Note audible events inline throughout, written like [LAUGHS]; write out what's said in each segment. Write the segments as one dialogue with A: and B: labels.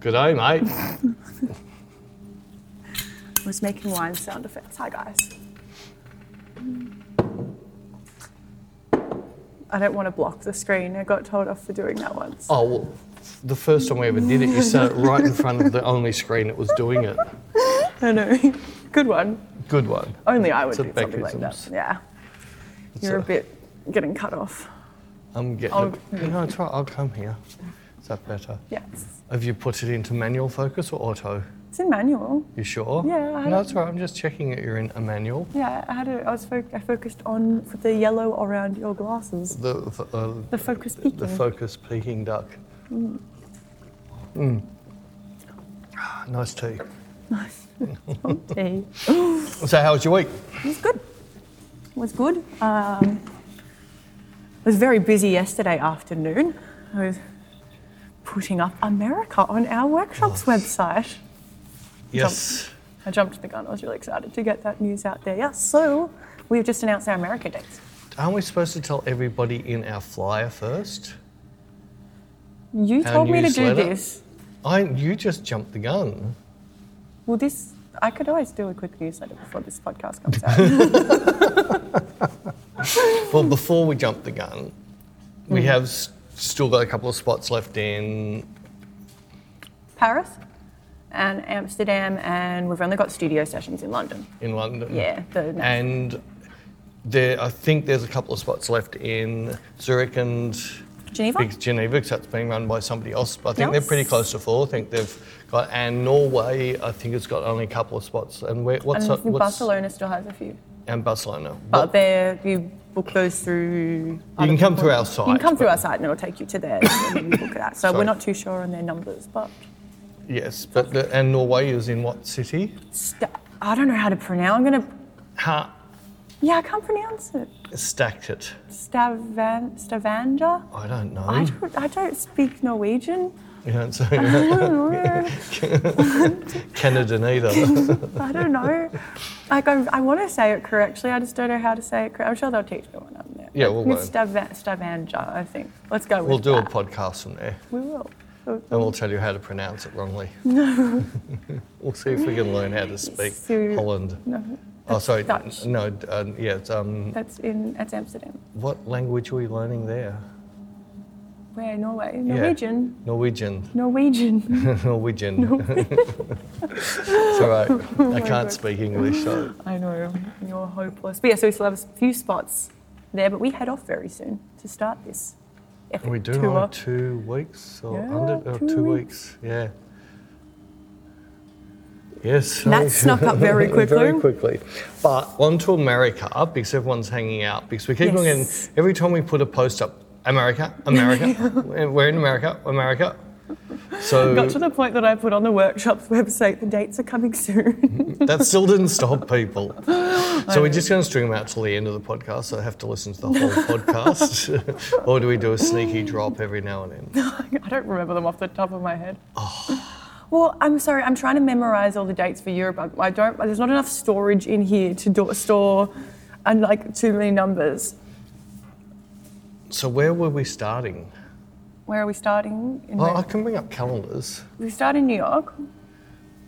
A: Good day, mate.
B: was making wine sound effects. Hi, guys. I don't want to block the screen. I got told off for doing that once.
A: Oh, well, the first time we ever did it, you sat it right in front of the only screen that was doing it.
B: I know. [LAUGHS] Good one.
A: Good one.
B: Only I would
A: It's a
B: do something like that.
A: Beckisms.
B: Yeah.
A: It's
B: You're a
A: a-
B: bit getting cut off.
A: I'm getting.
B: I'll-
A: it. No, it's right. I'll come here. Is that better?
B: Yes.
A: Have you put it into manual focus or auto?
B: It's in manual.
A: You sure?
B: Yeah, I
A: No,
B: don't-
A: that's all right. I'm just checking that you're in a manual.
B: Yeah, I had a, I was foc I focused on for the yellow around your glasses.
A: The, the, uh,
B: The focus peaking. [LAUGHS]
A: the focus peaking duck. Mm. Ah, Nice tea.
B: Tea.
A: So, how was your week?
B: It was good. It was good. Um, I was very busy yesterday afternoon. I was putting up America on our workshop's website.
A: Yes.
B: I jumped the gun. I was really excited to get that news out there. Yes, so we've just announced our America dates.
A: Aren't we supposed to tell everybody in our flyer first?
B: You
A: Our
B: told me to do
A: newsletter?
B: this.
A: I, you just jumped the gun.
B: Well, this I could always do a quick newsletter before this podcast comes
A: [LAUGHS]
B: out.
A: Well, before we jump the gun, we
B: Mm.
A: have s- still got a couple of spots left in.
B: Paris and Amsterdam, and we've only got studio sessions in London.
A: in London.
B: Yeah, the next-
A: And there, I think there's a couple of spots left in Zurich and
B: Geneva?
A: Big Geneva, 'cause that's being run by somebody else. But I think they're pretty
B: Yes.
A: close to full. I think they've got and Norway. I think it's got only a couple of spots. And where, what's
B: and I
A: up-
B: think
A: what's-
B: Barcelona Oh, still has a few.
A: And Barcelona.
B: But there, you book those through.
A: you can come through our site.
B: You can come through
A: but-
B: our site and it'll take you to theirs and then you book it out. So
A: Sorry.
B: we're not too sure on their numbers, but
A: Yes, but the, and Norway is in what city?
B: st- I don't know how to pronounce. I'm gonna.
A: Ha,
B: Yeah, I can't pronounce it.
A: Staktet.
B: Stavan Stavanger.
A: I don't know.
B: I don't. I don't speak Norwegian.
A: You [LAUGHS] don't say
B: I don't know.
A: Canada neither.
B: I don't know. Like I, I want to say it correctly. I just don't know how to say it. Correct. I'm sure they'll teach me when I'm there.
A: Yeah,
B: Like,
A: we'll
B: Miss Stavan- Stavanger, I think. Let's go. With
A: we'll do a
B: that.
A: podcast from there.
B: We will. Oh,
A: And we'll tell you how to pronounce it wrongly. [LAUGHS] we'll see if we can learn how to speak
B: So-
A: Holland.
B: No,
A: Oh, sorry.
B: Dutch.
A: No, d- uh, yeah. It's, um,
B: that's in. That's Amsterdam.
A: what language were you learning there?
B: Where Norway?
A: Yeah.
B: Norwegian.
A: Norwegian. [LAUGHS]
B: Norwegian.
A: Norwegian. [LAUGHS] it's all
B: [LAUGHS]
A: right. I can't
B: Oh God.
A: speak English, so
B: [LAUGHS] I know, you're hopeless. But yeah, so we still have a few spots there, but we head off very soon to start this epic
A: we do
B: tour.
A: like two weeks or
B: Yeah,
A: under or
B: two
A: two weeks. Yeah. Yes. so-
B: That snuck up very
A: [LAUGHS] Very
B: quickly.
A: quickly. But on to America because everyone's hanging out because we keep on getting
B: Yes.
A: every time we put a post up, America, [LAUGHS] America, we're in America, America. So [LAUGHS]
B: Got to the point that I put on the workshop's [LAUGHS] website, the dates are coming soon. [LAUGHS]
A: that still didn't stop people. So we're just going to string them out till the end of the podcast. So I have to listen to the [LAUGHS] whole podcast, or do we do a sneaky drop every now and then?
B: I don't remember them off the top of my head.
A: Oh.
B: Well, I'm sorry, I'm trying to memorize all the dates for Europe. I- I don't, there's not enough storage in here to do, store and like too many numbers.
A: So where were we starting?
B: Where are we starting? In
A: Well,
B: where-
A: I can bring up calendars.
B: We start in New York,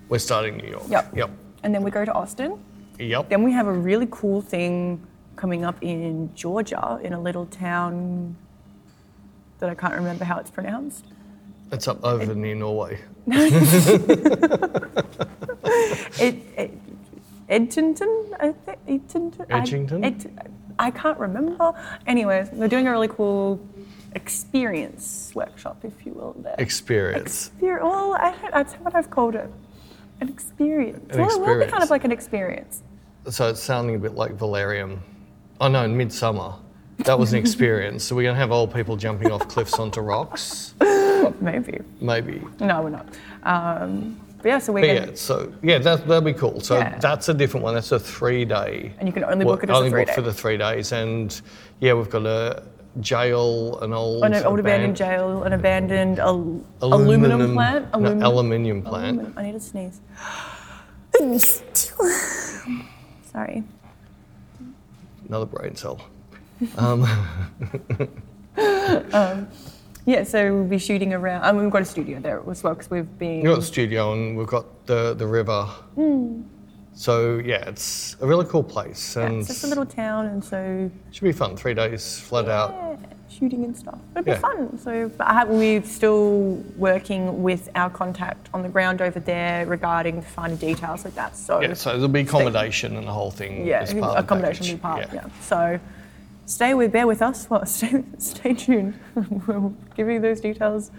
A: We're starting New York.
B: Yep.
A: Yep.
B: and then we go to Austin.
A: Yep.
B: Then we have a really cool thing coming up in Georgia in a little town that I can't remember how it's pronounced.
A: It's up over near Norway.
B: Ed, Ed, Edginton, I think. Edginton? I-
A: Edgington?
B: Ed- I can't remember. Anyways, we're doing a really cool experience workshop, if you will, there.
A: Experience.
B: Exper- well, I don't, that's what I've called it. An experience.
A: An
B: well, it will be kind
A: experience.
B: of like an experience.
A: So it's sounding a bit like Valerium. Oh no, Midsummer. That
B: [LAUGHS]
A: was an experience. so we're going to have old people jumping off cliffs onto rocks,
B: Maybe.
A: maybe.
B: No, we're not. Um, but yeah, so we're
A: But
B: going
A: yeah, so yeah, that that'd be cool. So
B: Yeah.
A: that's a different one. That's a three day.
B: And you can only book it as a
A: only book
B: three-day.
A: for the three days, and yeah, we've got a jail, an old,
B: an Oh, old abandoned
A: aban-
B: jail, an abandoned al-
A: aluminum,
B: aluminum, plant.
A: no, aluminium plant.
B: Aluminum. I need to sneeze. Sorry.
A: Another brain cell.
B: Yeah, so we'll be shooting around. I mean, we've got a studio there as well because we've been.
A: We've got the studio and we've got the, the river.
B: Hmm.
A: So yeah, it's a really cool place
B: yeah,
A: and
B: it's just a little town, and so
A: should be fun. Three days flat out.
B: yeah, shooting and stuff. It'll be
A: Uh. Yeah.
B: fun. So, but I have, we're still working with our contact on the ground over there regarding the finer details like that. So,
A: Yeah, so there'll be accommodation and the whole thing.
B: yeah,
A: as part of the
B: accommodation will be
A: package.
B: part. Yeah. So, stay with, bear with us. Well, [LAUGHS] stay, stay tuned. we'll give you those details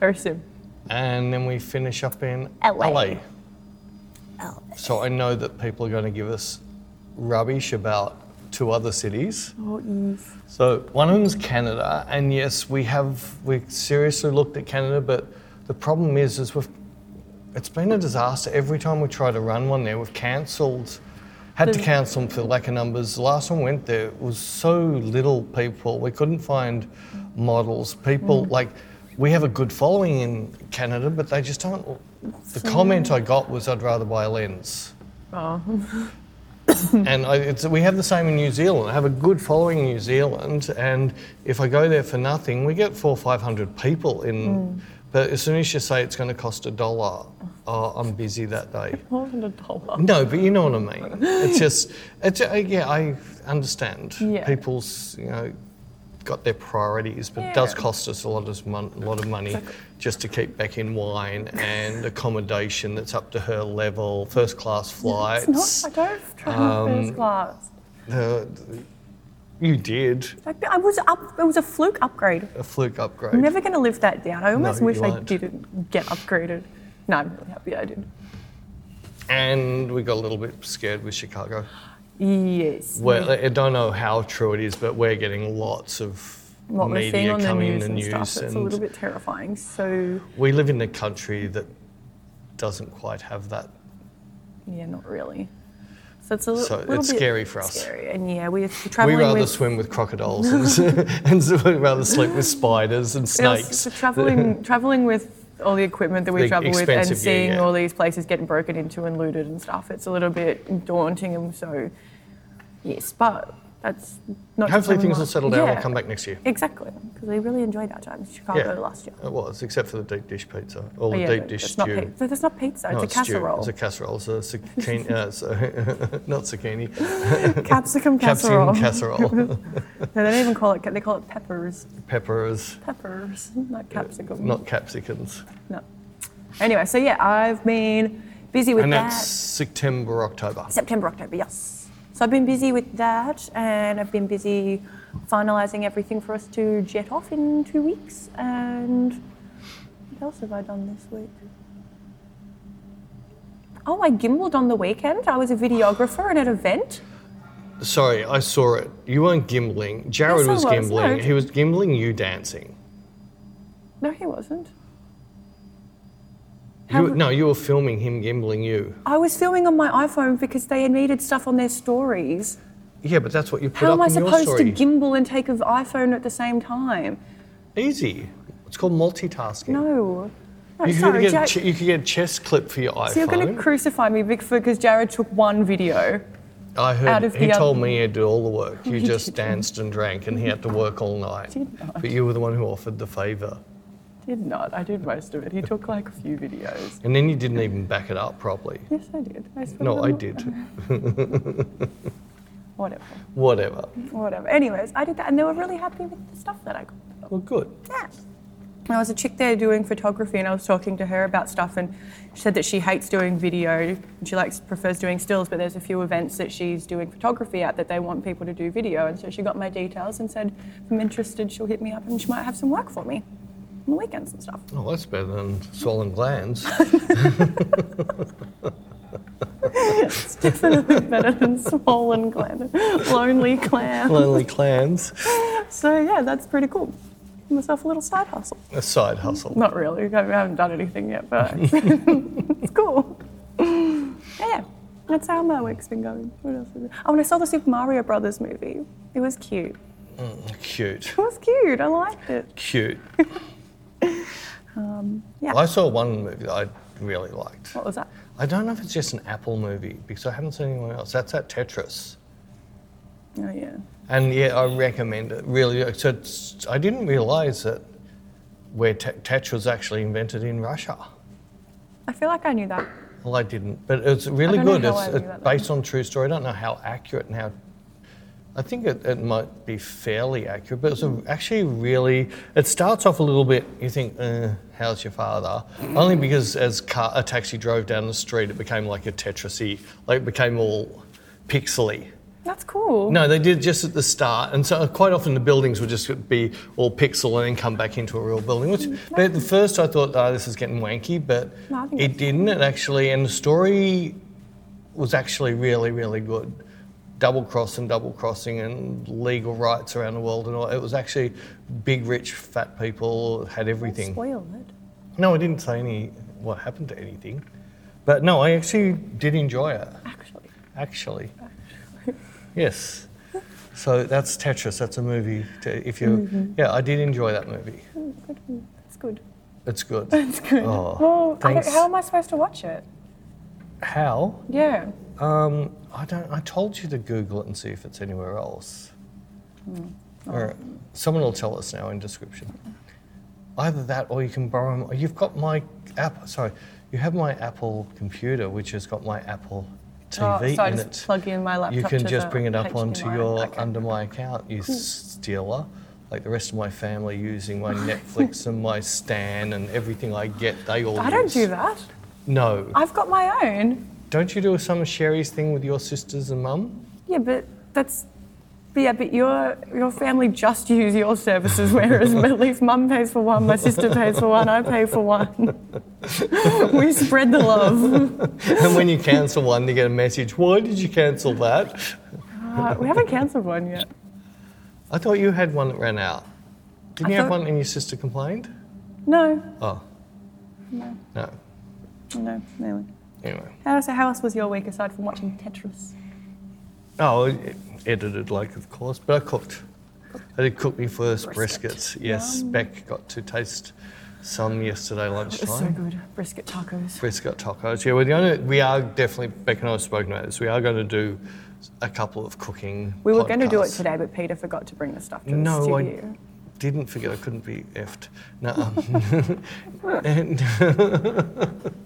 B: very soon.
A: And then we finish up in
B: LA.
A: LA. So I know that people are going to give us rubbish about two other cities.
B: Oh, Eve.
A: So one of them's Canada, and yes, we have we seriously looked at Canada, but the problem is, is we've it's been a disaster every time we try to run one there. We've cancelled, had to cancel them for lack of numbers. The last one went there was so little people. We couldn't find models. People like we have a good following in Canada, but they just don't. The comment I got was, "I'd rather buy a lens."
B: Oh,
A: and I, it's, we have the same in New Zealand. I have a good following in New Zealand, and if I go there for nothing, we get four, five hundred people in.
B: Hmm.
A: But as soon as you say it's going to cost a dollar, oh, I'm busy that day.
B: More than a dollar.
A: No, but you know what I mean.
B: [LAUGHS]
A: It's just, it's, uh, yeah, I understand.
B: Yeah.
A: People's, you know, got their priorities, but it
B: Yeah.
A: does cost us a lot of mon- a lot of money just to keep back in wine and accommodation that's up to her level, first
B: [LAUGHS]
A: class flights.
B: It's not, I don't travel
A: um,
B: first class.
A: Uh, you did
B: Like, I was up. It was a fluke upgrade.
A: a fluke upgrade.
B: I'm never going to live that down. I almost
A: No,
B: wish
A: you
B: I
A: aren't.
B: didn't get upgraded. No, I'm really happy I did.
A: And we got a little bit scared with Chicago.
B: Yes.
A: Well, I I don't know how true it is, but we're getting lots of
B: What we're seeing
A: media
B: on the
A: coming in
B: news
A: the
B: and
A: news.
B: stuff, it's a
A: and
B: little bit terrifying. So,
A: we live in a country that doesn't quite have that.
B: yeah, not really. So it's a li-
A: So
B: little
A: it's
B: bit
A: scary for us.
B: Scary. And yeah, we're, we're traveling
A: we rather
B: with
A: swim with crocodiles
B: [LAUGHS]
A: [LAUGHS] and, and we'd rather sleep with spiders and
B: we're
A: snakes.
B: also
A: [LAUGHS]
B: traveling, traveling with all the equipment that we
A: The
B: travel with and
A: expensive, yeah,
B: seeing
A: yeah.
B: all these places getting broken into and looted and stuff. It's a little bit daunting. And so, yes, but that's not.
A: Hopefully,
B: something
A: things will
B: like-
A: settle down.
B: Yeah.
A: We'll come back next year.
B: Exactly, because we really enjoyed our time in Chicago last year.
A: It was, except for the deep dish pizza or
B: But
A: the
B: Oh, yeah,
A: deep
B: that-
A: dish
B: that's not
A: stew.
B: pizza. That's not pizza. It's a
A: stew.
B: casserole.
A: It's a casserole. So zucchini, uh, so [LAUGHS] not zucchini,
B: capsicum
A: [LAUGHS]
B: casserole.
A: capsicum casserole,
B: [LAUGHS] no, they don't even call it. ca- They call it peppers.
A: peppers,
B: Peppers, not capsicum.
A: not capsicums.
B: No. Anyway, so yeah, I've been busy with
A: And
B: that.
A: that's September, October.
B: September, October, yes. So I've been busy with that, and I've been busy finalising everything for us to jet off in two weeks. And what else have I done this week? Oh, I gimbled on the weekend. I was a videographer at an event.
A: Sorry, I saw it. You weren't gimbling. Jared
B: Yes, I
A: was
B: was,
A: gimbling.
B: no.
A: He was gimbling. You dancing.
B: No, he wasn't.
A: You,
B: Have-
A: were- no, you were filming him gimbling you.
B: I was filming on my iPhone because they needed stuff on their stories.
A: Yeah, but that's what you put
B: How
A: up
B: am I
A: in your
B: supposed to
A: story.
B: gimbal and take an iPhone at the same time?
A: Easy. It's called multitasking.
B: No. No,
A: You could,
B: sorry,
A: get a
B: Jack.
A: che- you could get a chess clip for your
B: So you're going
A: iPhone.
B: to crucify me, Big because Jared took one video.
A: I heard
B: out of
A: he
B: the
A: told
B: oven.
A: me he did all the
B: [LAUGHS]
A: work. You just danced and drank, and he had to work all night. But you were the one who offered the favour,
B: Did not. I did most of it. He took like a few videos.
A: and then you didn't even back it up properly.
B: Yes, I did. I swear
A: No,
B: to
A: I
B: God.
A: did.
B: Whatever.
A: Whatever.
B: Whatever. Anyways, I did that, and they were really happy with the stuff that I got.
A: Well, good.
B: Yeah. There was a chick there doing photography, and I was talking to her about stuff, and she said that she hates doing video. and She likes prefers doing stills, but there's a few events that she's doing photography at that they want people to do video, and so she got my details and said if I'm interested, she'll hit me up, and she might have some work for me on the weekends and stuff.
A: Oh, that's better than swollen glands.
B: It's definitely better than swollen clam, [LAUGHS] lonely clam.
A: Lonely glands.
B: So yeah, that's pretty cool. Myself a little side hustle.
A: A side hustle.
B: Not really. I haven't done anything yet, but
A: [LAUGHS]
B: [LAUGHS] it's cool. Yeah, that's how my week's been going. What else? Is there? Oh, and I saw the Super Mario Brothers movie. It was cute.
A: Cute.
B: It was cute. I liked it. [LAUGHS]
A: Cute.
B: Um, Yeah.
A: I saw one movie that I really liked.
B: What was that?
A: I don't know if it's just an Apple movie because I haven't seen anyone else. That's that Tetris.
B: Oh yeah.
A: And yeah, I recommend it. Really, so it's, I didn't realize that where te- tetra's actually invented in Russia.
B: I feel like I knew that.
A: Well, I didn't, but it's really
B: don't know
A: good.
B: how
A: It's,
B: I knew
A: it's
B: that, though.
A: based on true story. I don't know how accurate and how. I think it, it might be fairly accurate, but it's a, actually really. It starts off a little bit. You think, uh, "How's your father?" Only because as car, a taxi drove down the street, it became like a Tetrisy, like it became all pixely.
B: That's cool.
A: No, they did just at the start, and so quite often the buildings would just be all pixel and then come back into a real building. Which, but at the first I thought, oh, this is getting wanky, but
B: No, I think
A: it
B: that's
A: didn't. It actually, and the story was actually really, really good. Double cross and double crossing and legal rights around the world and all. It was actually big, rich, fat people had everything.
B: Spoil it.
A: No, I didn't say any what happened to anything, but no, I actually did enjoy it
B: Actually,
A: actually. yes. So that's Tetris. That's a movie. To, if you,
B: Mm-hmm.
A: yeah, I did enjoy that movie.
B: that's good.
A: It's good.
B: That's good.
A: Oh,
B: well, I don't,
A: thanks.
B: how am I supposed to watch it?
A: How?
B: Yeah.
A: Um, I don't. I told you to Google it and see if it's anywhere else.
B: Hmm.
A: Or someone will tell us now in description. Either that, or you can borrow. My, you've got my app. Sorry, you have my Apple computer, which has got my Apple
B: Oh,
A: TV
B: so I
A: in
B: just
A: it.
B: plug in my laptop.
A: You can
B: to
A: just
B: the
A: bring it up
B: HDMI.
A: onto your
B: Okay.
A: under my account, you stealer. Like the rest of my family using my Netflix and my Stan and everything I get, they all.
B: I don't
A: use.
B: do that.
A: No,
B: I've got my own.
A: don't you do some of Sherry's thing with your sisters and mum? [LAUGHS]
B: Yeah, but that's. But yeah, but your your family just use your
A: [LAUGHS]
B: services, whereas at least mum pays for one, my sister pays for one, I pay for one.
A: [LAUGHS]
B: we spread the love.
A: and when you cancel one, you get a message. Why did you cancel that?
B: Uh, we haven't cancelled one yet.
A: I thought you had one that ran out. Didn't
B: I
A: you have
B: thought-
A: one and your sister complained?
B: No,
A: Oh, no.
B: no, no.
A: Anyway,
B: How, so how else was your week aside from watching Tetris?
A: oh, it- edited like of course, but I cooked. I did cook me first
B: Brisket.
A: briskets. Yes, Beck got to taste some yesterday
B: It was so
A: lunchtime.
B: good. Brisket tacos.
A: Brisket tacos. Yeah, we're going to. We are definitely. Beck and I have spoken about this. We are going to do a couple of cooking.
B: We were going to do it
A: podcasts.
B: today, but Peter forgot to bring the stuff to the
A: No, I
B: studio.
A: didn't forget. I couldn't be effed. No. um, and [LAUGHS]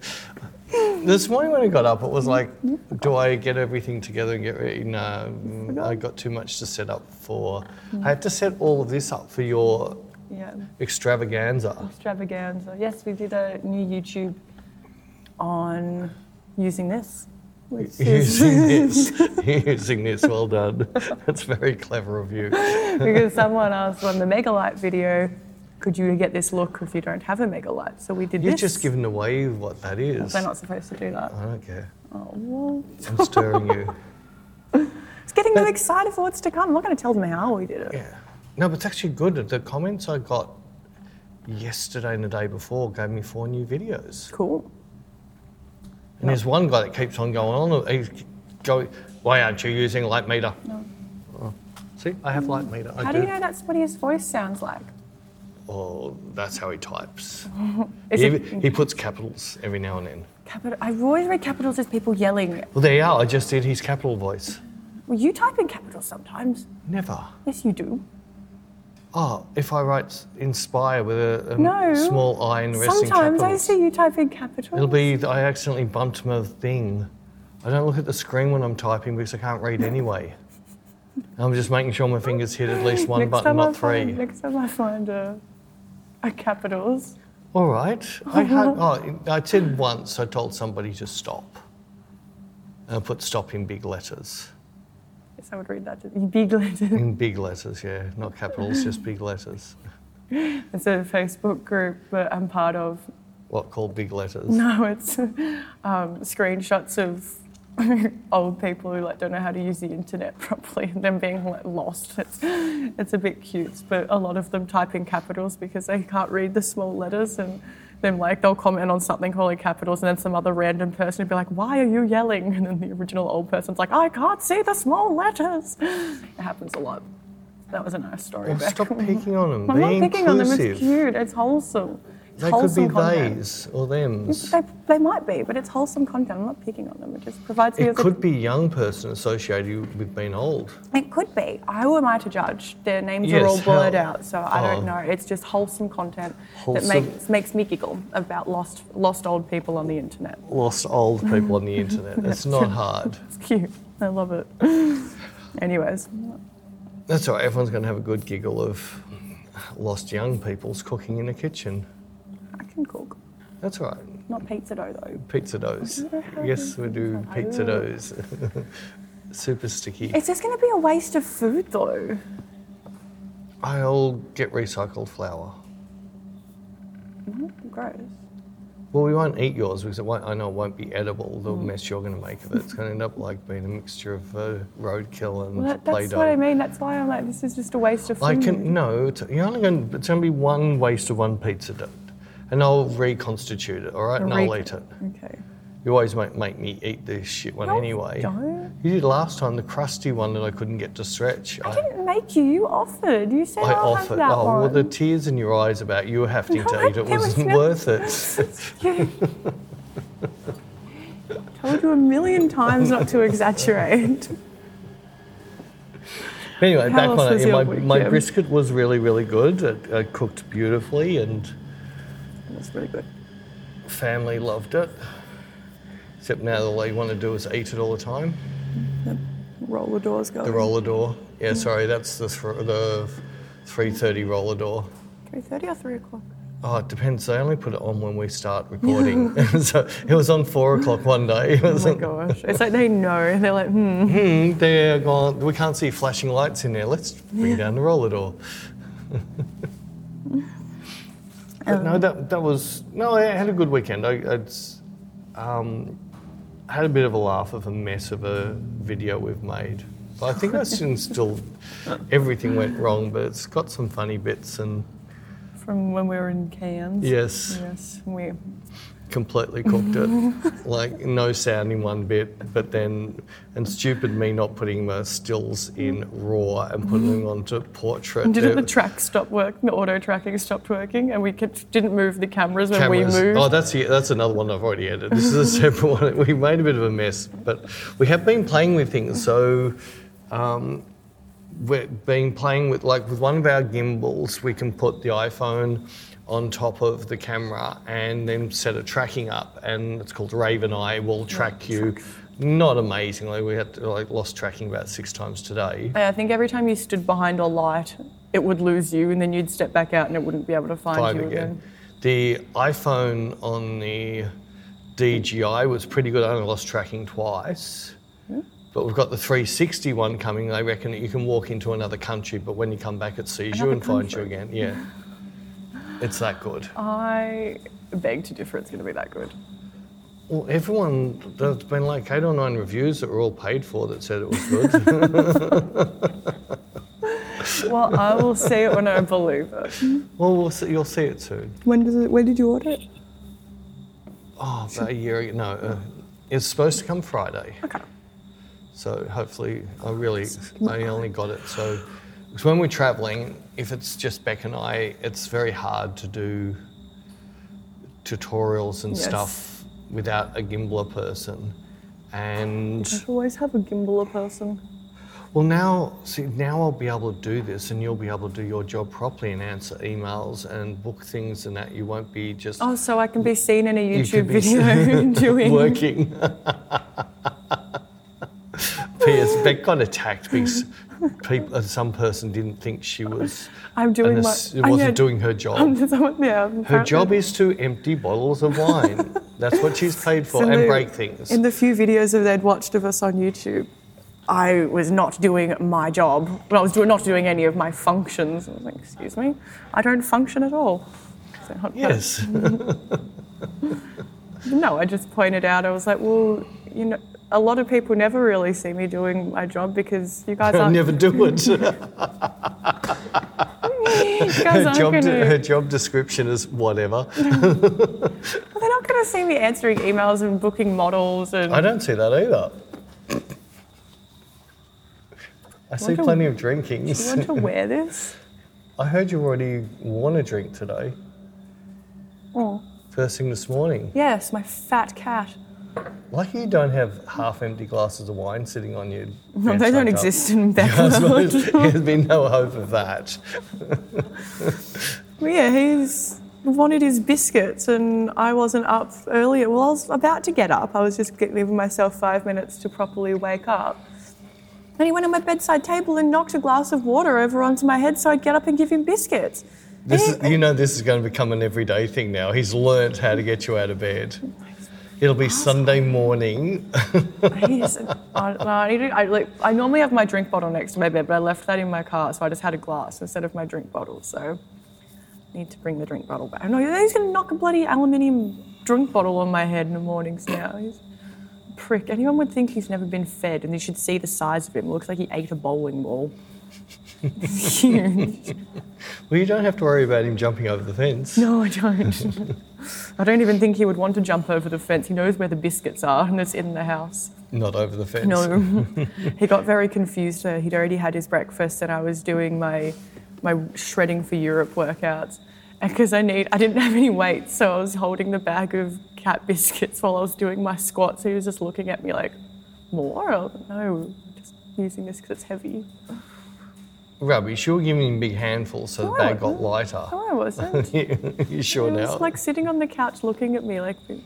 A: this morning when I got up, it was like, do I get everything together and get ready? No, I got too much to set up for. I had to set all of this up for your
B: Yeah. [LAUGHS]
A: extravaganza.
B: Extravaganza. Yes, we did a new YouTube on using this.
A: [LAUGHS]
B: Which is [LAUGHS]
A: Using this, using this, well done. [LAUGHS] That's very clever of you.
B: because someone asked on the Megalight video, could you get this look if you don't have a Megalight? So we did
A: You've
B: this.
A: just given away what that is.
B: We're not supposed to do that.
A: I don't care.
B: Oh, well.
A: I'm stirring you.
B: It's getting them excited for what's to come. I'm not going to tell them how we did it.
A: Yeah. No, but it's actually good. The comments I got yesterday and the day before gave me four new videos.
B: Cool.
A: And there's one guy that keeps on going on. He's going, why aren't you using light meter? No. See, I have light meter. I
B: How do you know that's what his voice sounds like?
A: Oh, that's how he types.
B: [LAUGHS] Is
A: he,
B: it
A: he puts capitals every now and then.
B: capital? I've always read capitals as people yelling.
A: Well, there you are. I just did his capital voice.
B: Well, you type in capitals sometimes.
A: Never.
B: Yes, you do.
A: Oh, if I write inspire with a, a
B: No.
A: small I in resting
B: Sometimes I
A: capitals.
B: see you type in capitals.
A: It'll be that I accidentally bumped my thing. I don't look at the screen when I'm typing because I can't read anyway. I'm just making sure my fingers hit at least one
B: next
A: button,
B: time
A: not
B: I Find,
A: three.
B: next time I find a, a capitals.
A: All right. I,
B: [LAUGHS]
A: had, oh, I said once I told somebody to stop. And I put stop in big letters.
B: Yes, I would read that. in Big letters.
A: In big letters, yeah. Not capitals, just big letters.
B: [LAUGHS] It's a Facebook group that I'm part of.
A: What, called big letters?
B: No, it's um, screenshots of [LAUGHS] old people who like don't know how to use the internet [LAUGHS] properly and them being like, lost. It's it's a bit cute, but a lot of them type in capitals because they can't read the small letters and. Them like they'll comment on something calling capitals, and then some other random person would be like, "Why are you yelling?" [LAUGHS] And then the original old person's like, "I can't see the small letters." It happens a lot. That was a nice story.
A: Oh,
B: Beck.
A: stop picking on them.
B: [LAUGHS] I'm
A: Be
B: not picking on them. It's
A: inclusive.
B: cute. It's wholesome.
A: they could be
B: wholesome content.
A: theys or thems.
B: They, they might be, but it's wholesome content. I'm not picking on them. It just provides me
A: It
B: with a-
A: could be a young person associated you with being old.
B: It could be. Who am I to judge? Their names
A: Yes,
B: are all blurred
A: how-
B: out, so I don't
A: oh.
B: know. It's just wholesome content that
A: Wholesome.
B: makes makes me giggle about lost lost old people on the internet.
A: Lost old people
B: [LAUGHS]
A: on the internet. It's not hard.
B: It's cute. I love it. Anyways,
A: That's all right. Everyone's going to have a good giggle of lost young people's cooking in a kitchen.
B: I can cook.
A: That's all right.
B: Not pizza dough though.
A: Pizza doughs. Yes, we do pizza doughs. [LAUGHS] Super sticky.
B: It's just going to be a waste of food though.
A: I'll get recycled flour.
B: Gross.
A: Well, we won't eat yours because it won't, I know it won't be edible.
B: Mm.
A: The mess you're going to make of it, it's going to end up like being a mixture of uh, roadkill and
B: Well, that, that's
A: play-doh.
B: what I mean. That's why I'm like, this is just a waste of food.
A: I can no. It's, you're only going. It's going to be one waste of one pizza dough, and I'll reconstitute it. All right, and I'll
B: Re-
A: eat it.
B: Okay.
A: You always make, make me eat this shit one
B: No, you
A: anyway.
B: don't.
A: You did last time the crusty one that I couldn't get to stretch.
B: I didn't make you. You offered. You said
A: I
B: I'll have
A: offered.
B: that
A: Oh,
B: one.
A: well, the tears in your eyes about you having
B: No, [LAUGHS]
A: to eat it
B: there was
A: wasn't
B: no-
A: worth it.
B: You- [LAUGHS] Told you a million times not to exaggerate.
A: anyway,
B: How
A: back
B: else
A: on
B: was
A: it. yeah,
B: your
A: My,
B: week,
A: my
B: Jim?
A: brisket was really, really good. It, it cooked beautifully, and
B: That's really good.
A: family loved it. Except now all they want to do is eat it all the time.
B: Roller doors going.
A: The roller door. Yeah, sorry, that's the thr the 3:30 roller door.
B: Three thirty or three o'clock.
A: Oh, it depends. They only put it on when we start recording. [LAUGHS] so it was on four o'clock one day. [LAUGHS] It
B: Oh
A: was
B: my
A: like,
B: gosh! It's like they know. They're like, hmm.
A: hmm, they're gone. We can't see flashing lights in there. Let's bring down the roller door. But no, that that was no. I had a good weekend. I it's, um, had a bit of a laugh of a mess of a video we've made. But I think I can still. Everything went wrong, but it's got some funny bits and
B: From when we were in Cairns.
A: yes,
B: Yes. We.
A: completely cooked it. like no sound in one bit, but then and stupid me not putting the stills in raw and putting them onto portrait.
B: Didn't the
A: It-
B: track stop work? The auto tracking stopped working, and we kept, didn't move the cameras when
A: cameras.
B: we moved.
A: Oh, that's the, that's another one I've already edited. This is a [LAUGHS] separate one. We made a bit of a mess, but we have been playing with things. So um, we've been playing with like with one of our gimbals, we can put the iPhone on top of the camera and then set a tracking up, and it's called Raven Eye. Will track you. Not amazingly, we had to, like lost tracking about six times today.
B: I think every time you stood behind a light, it would lose you, and then you'd step back out, and it wouldn't be able to find
A: five
B: you
A: again. The iPhone on the DJI was pretty good. I only lost tracking twice. But we've got the 360 one coming. They reckon that you can walk into another country, but when you come back, it sees you
B: Another
A: and finds you
B: country.
A: again. Yeah. It's that good.
B: I beg to differ. It's going to be that good.
A: Well, everyone, there's been like eight or nine reviews that were all paid for that said it was good.
B: Well, I will see it when I believe it.
A: well, we'll see, you'll see it soon.
B: When does it? Where did you order it?
A: Oh, about a year ago. No, uh, it's supposed to come Friday.
B: Okay.
A: So hopefully, I really, I only got it. So, because when we're traveling, if it's just Beck and I, it's very hard to do tutorials and
B: Yes.
A: stuff without a gimbler person. And
B: I always have a gimbaler person.
A: well, now see, now I'll be able to do this, and you'll be able to do your job properly and answer emails and book things and that. You won't be just
B: Oh, so I can be seen in a
A: You
B: YouTube
A: could be
B: video [LAUGHS] doing.
A: working.
B: [LAUGHS]
A: P.S. Beck got attacked because peop uh, some person didn't think she was.
B: I'm
A: an
B: doing my.
A: ass-
B: I
A: wasn't
B: know-
A: doing her
B: [LAUGHS] I'm
A: job.
B: just- I'm- yeah, I'm
A: Her
B: apparently-
A: job is to empty bottles of wine. That's what she's paid for,
B: So
A: and
B: the-
A: break things.
B: In the few videos that they'd watched of us on YouTube, I was not doing my job. Well, I was doing, not doing any of my functions. I was like, excuse me, I don't function at all. So I-
A: yes.
B: No, I just pointed out, I was like, well, you know, a lot of people never really see me doing my job because you guys
A: I'll
B: aren't,
A: [LAUGHS] never do it.
B: [LAUGHS]
A: Her
B: you guys aren't
A: job,
B: going
A: de- her
B: to,
A: job description is whatever.
B: they're not going to see me answering emails and booking models and
A: I don't see that either. I see
B: Wonder-
A: plenty of drinkings.
B: you want to wear this?
A: I heard you already want to drink today. first thing this morning.
B: Oh, Yes, my fat cat.
A: Lucky you don't have half empty glasses of wine sitting on you.
B: No, they
A: [LAUGHS]
B: don't exist in [LAUGHS] Beckham.
A: There's been no hope of that.
B: But yeah, he's wanted his biscuits, and I wasn't up earlier. Well, I was about to get up. I was just get- giving myself five minutes to properly wake up. And he went on my bedside table and knocked a glass of water over onto my head, so I'd get up and give him biscuits. And
A: This
B: he-
A: is, you know, this is going to become an everyday thing now. He's learnt how to get you out of bed. It'll be Sunday morning. [LAUGHS]
B: He's- I, don't know, I, need to- I, like, I normally have my drink bottle next to my bed, but I left that in my car, so I just had a glass instead of my drink bottle. So I need to bring the drink bottle back. No, he's going to knock a bloody aluminium drink bottle on my head in the mornings now. He's a prick. Anyone would think he's never been fed, and you should see the size of him. It looks like he ate a bowling ball. [LAUGHS] It's huge.
A: Well, you don't have to worry about him jumping over the fence.
B: No, I don't. [LAUGHS] I don't even think he would want to jump over the fence. He knows where the biscuits are, and it's in the house.
A: Not over the fence. [LAUGHS]
B: No, [LAUGHS] he got very confused. There. He'd already had his breakfast, and I was doing my my shredding for Europe workouts because I need I didn't [LAUGHS] have any weights, so I was holding the bag of cat [LAUGHS] biscuits while I was doing my squats. He was just looking at me like, "More? I was like, no, just using this because it's heavy."
A: Rubbish. You were giving him big handfuls so
B: Oh, No,
A: the
B: I
A: bag got
B: wasn't.
A: lighter.
B: No, I
A: [LAUGHS]
B: wasn't.
A: you sure
B: he was
A: now?
B: like sitting on the couch looking at me like, "Do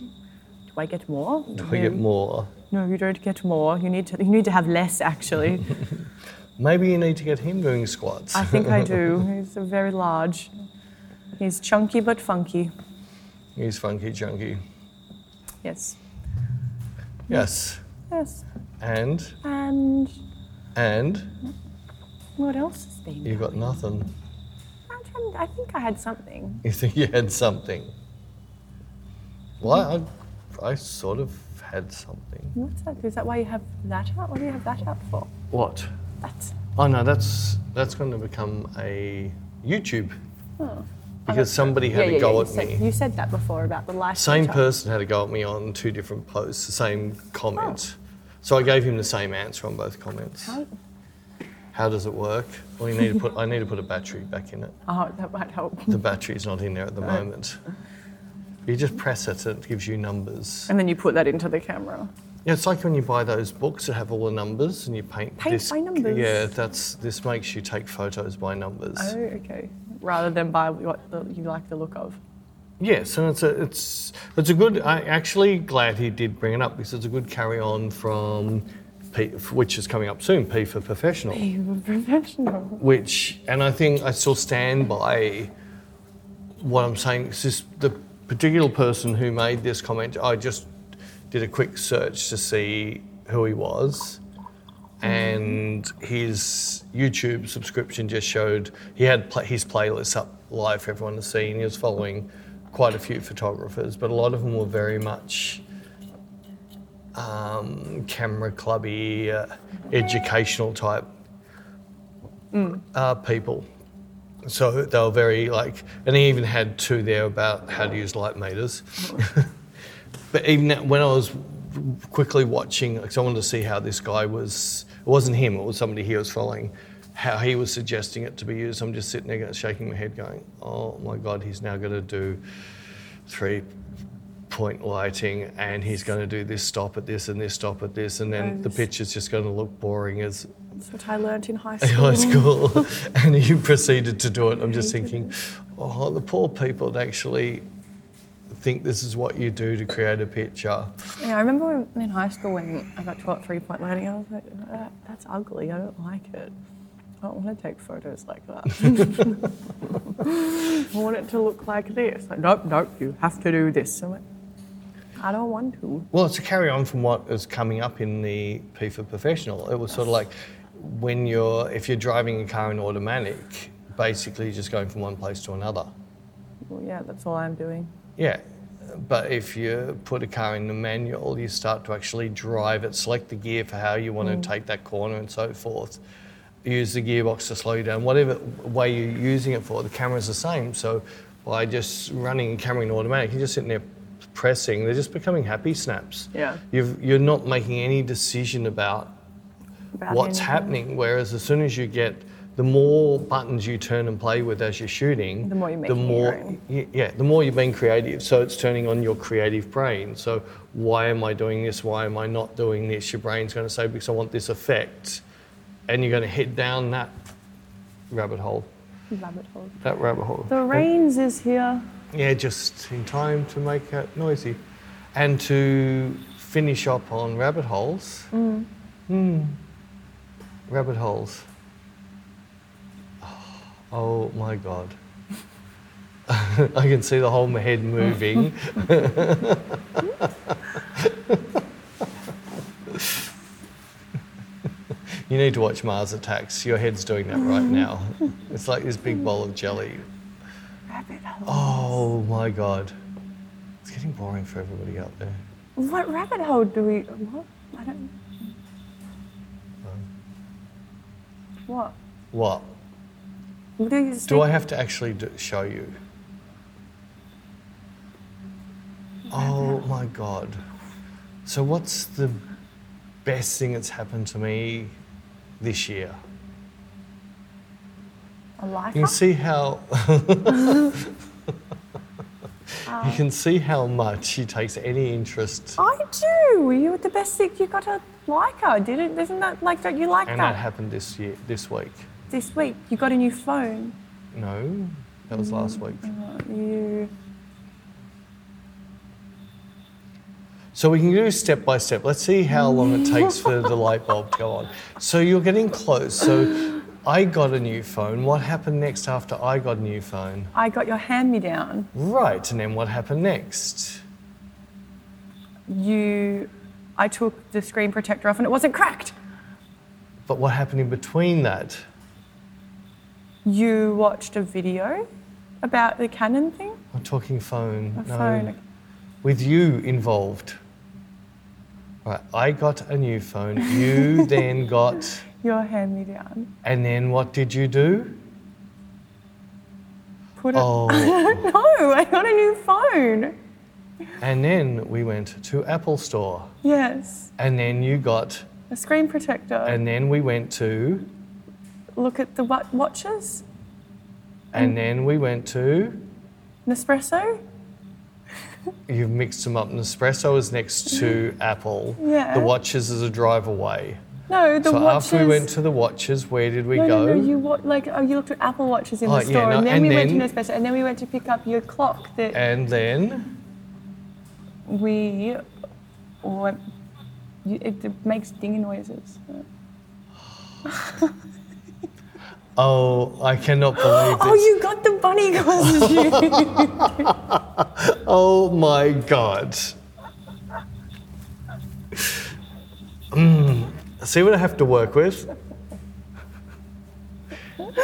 B: I get more?
A: Do I get more?
B: No, you don't get more. You need to you need to have less actually."
A: Maybe you need to get him doing squats.
B: I think I do. He's very large. He's chunky but funky.
A: He's funky junky.
B: Yes.
A: Yes.
B: Yes.
A: And
B: And
A: and
B: what else has been?
A: you got nothing. [LAUGHS]
B: I'm trying- I think I had something.
A: You think you had something? Well, I, I sort of had something.
B: What's that? Is that why you have that out? What do you have that out for?
A: What?
B: That's
A: Oh no, that's that's going to become a YouTube
B: Oh.
A: because somebody had a go
B: you,
A: at
B: said,
A: me.
B: you said that before about the light.
A: Same
B: switch on.
A: person had a go at me on two different posts, the same comment. So I gave him the same answer on both comments.
B: How-
A: How does it work? Well, you need to put. I need to put a battery back in it.
B: Oh, that might help.
A: The battery's not in there at the moment. You just press it, and it gives you numbers.
B: And then you put that into the camera.
A: Yeah, it's like when you buy those books that have all the numbers and you paint.
B: Paint
A: this,
B: by numbers.
A: Yeah, that's this makes you take photos by numbers.
B: Oh, okay. Rather than by what the, you like the look of.
A: Yes, and it's a it's it's a good. I actually glad he did bring it up because it's a good carry on from P, which is coming up soon. P for professional.
B: You're a professional.
A: which and I think I still stand by what I'm saying. It's just the particular person who made this comment. I just did a quick search to see who he was, and his YouTube subscription just showed he had pla his playlist up live for everyone to see, and he was following quite a few photographers, but a lot of them were very much. Um, camera clubby, uh, educational type uh, people. So they were very like, and he even had two there about how to use light meters. [LAUGHS] but even that- when I was quickly watching, because I wanted to see how this guy was, it wasn't him, it was somebody he was following, how he was suggesting it to be used. I'm just sitting there going- shaking my head, going, oh my God, he's now going to do three point lighting and he's going to do this stop at this and this stop at this, and then the picture's just going to look boring as
B: That's what I learnt
A: [LAUGHS]
B: in high
A: in
B: school.
A: high school and you proceeded to do it. I'm just thinking, oh, the poor people that actually think this is what you do to create a picture.
B: Yeah, I remember when- in high school when I got taught three point learning, I was like, "Uh, that's ugly. I don't like it. I don't want to take photos like that. [LAUGHS] I want it to look like this. Like, nope, nope, you have to do this. I'm like, I don't want to.
A: Well, it's a carry on from what is coming up in the P for Professional. It was sort of like when you're, if you're driving a car in automatic, basically just going from one place to another.
B: Well, yeah, that's all I'm doing.
A: Yeah. But if you put a car in the manual, you start to actually drive it, select the gear for how you want to take that corner and so forth. Use the gearbox to slow you down, whatever way you're using it for. The camera's the same. So by just running camera in automatic, you're just sitting there pressing, they're just becoming happy snaps.
B: Yeah.
A: You've, you're not making any decision about
B: About
A: what's
B: anything.
A: happening. Whereas as soon as you get the more buttons you turn and play with as you're shooting,
B: The more you're
A: the
B: making
A: more,
B: your own.
A: y- yeah, the more you're being creative. So it's turning on your creative brain. So why am I doing this? Why am I not doing this? Your brain's going to say because I want this effect, and you're going to head down that rabbit hole.
B: Rabbit hole.
A: That rabbit hole.
B: The rains is here.
A: Yeah, just in time to make it noisy. And to finish up on rabbit holes. Mm. Rabbit holes. Oh my god. [LAUGHS] I can see the whole my head moving. [LAUGHS] you need to watch Mars Attacks. Your head's doing that right now. It's like this big bowl of jelly.
B: Rabbit hole.
A: Oh my god. It's getting boring for everybody out there.
B: What rabbit hole do we? What? I don't. What?
A: What?
B: Do, you just
A: Do I
B: think-
A: have to actually do, show you? Oh my god. So, what's the best thing that's happened to me this year?
B: a life?
A: You can see how. [LAUGHS] you can see how much he takes any interest,
B: I do. You were the best thing. You got a liker, didn't? Isn't that like? Don't you like
A: and that
B: that?
A: happened this year, this week.
B: This week you got a new phone.
A: No, that was last week.
B: You.
A: So we can do step by step. Let's see how long it takes for the light bulb to go on. So you're getting close. So I got a new phone. What happened next after I got a new phone?
B: I got your hand me down.
A: Right, and then what happened next?
B: You. I took the screen protector off and it wasn't cracked.
A: But what happened in between that?
B: You watched a video about the Canon thing.
A: I'm talking phone.
B: A phone.
A: With you involved. Right, I got a new phone.
B: [LAUGHS]
A: You then got,
B: Your hand me down.
A: and then what did you
B: [LAUGHS]
A: do?
B: Put it.
A: Oh,
B: [LAUGHS] No, I got a new phone.
A: and then we went to Apple Store,
B: Yes,
A: and then you got
B: a screen protector.
A: And then we went to,
B: Look at the wa- watches.
A: and then we went to.
B: Nespresso.
A: You've mixed them up. Nespresso is next to Apple.
B: Mm-hmm. Yeah.
A: The watches is a drive away.
B: No, the
A: so
B: watches.
A: after we went to the watches, where did we
B: no,
A: go?
B: no, no, you wa- like oh, you looked at Apple watches in
A: Oh,
B: the
A: yeah,
B: store,
A: no,
B: and then
A: and
B: we
A: then- Uh,
B: went to Nespresso, and then we went to pick up your clock that
A: and then
B: we went. You, it, it makes ding noises.
A: oh, I cannot believe
B: Oh,
A: this.
B: you got the bunny costume.
A: Oh my god. Mm, see what I have to work with.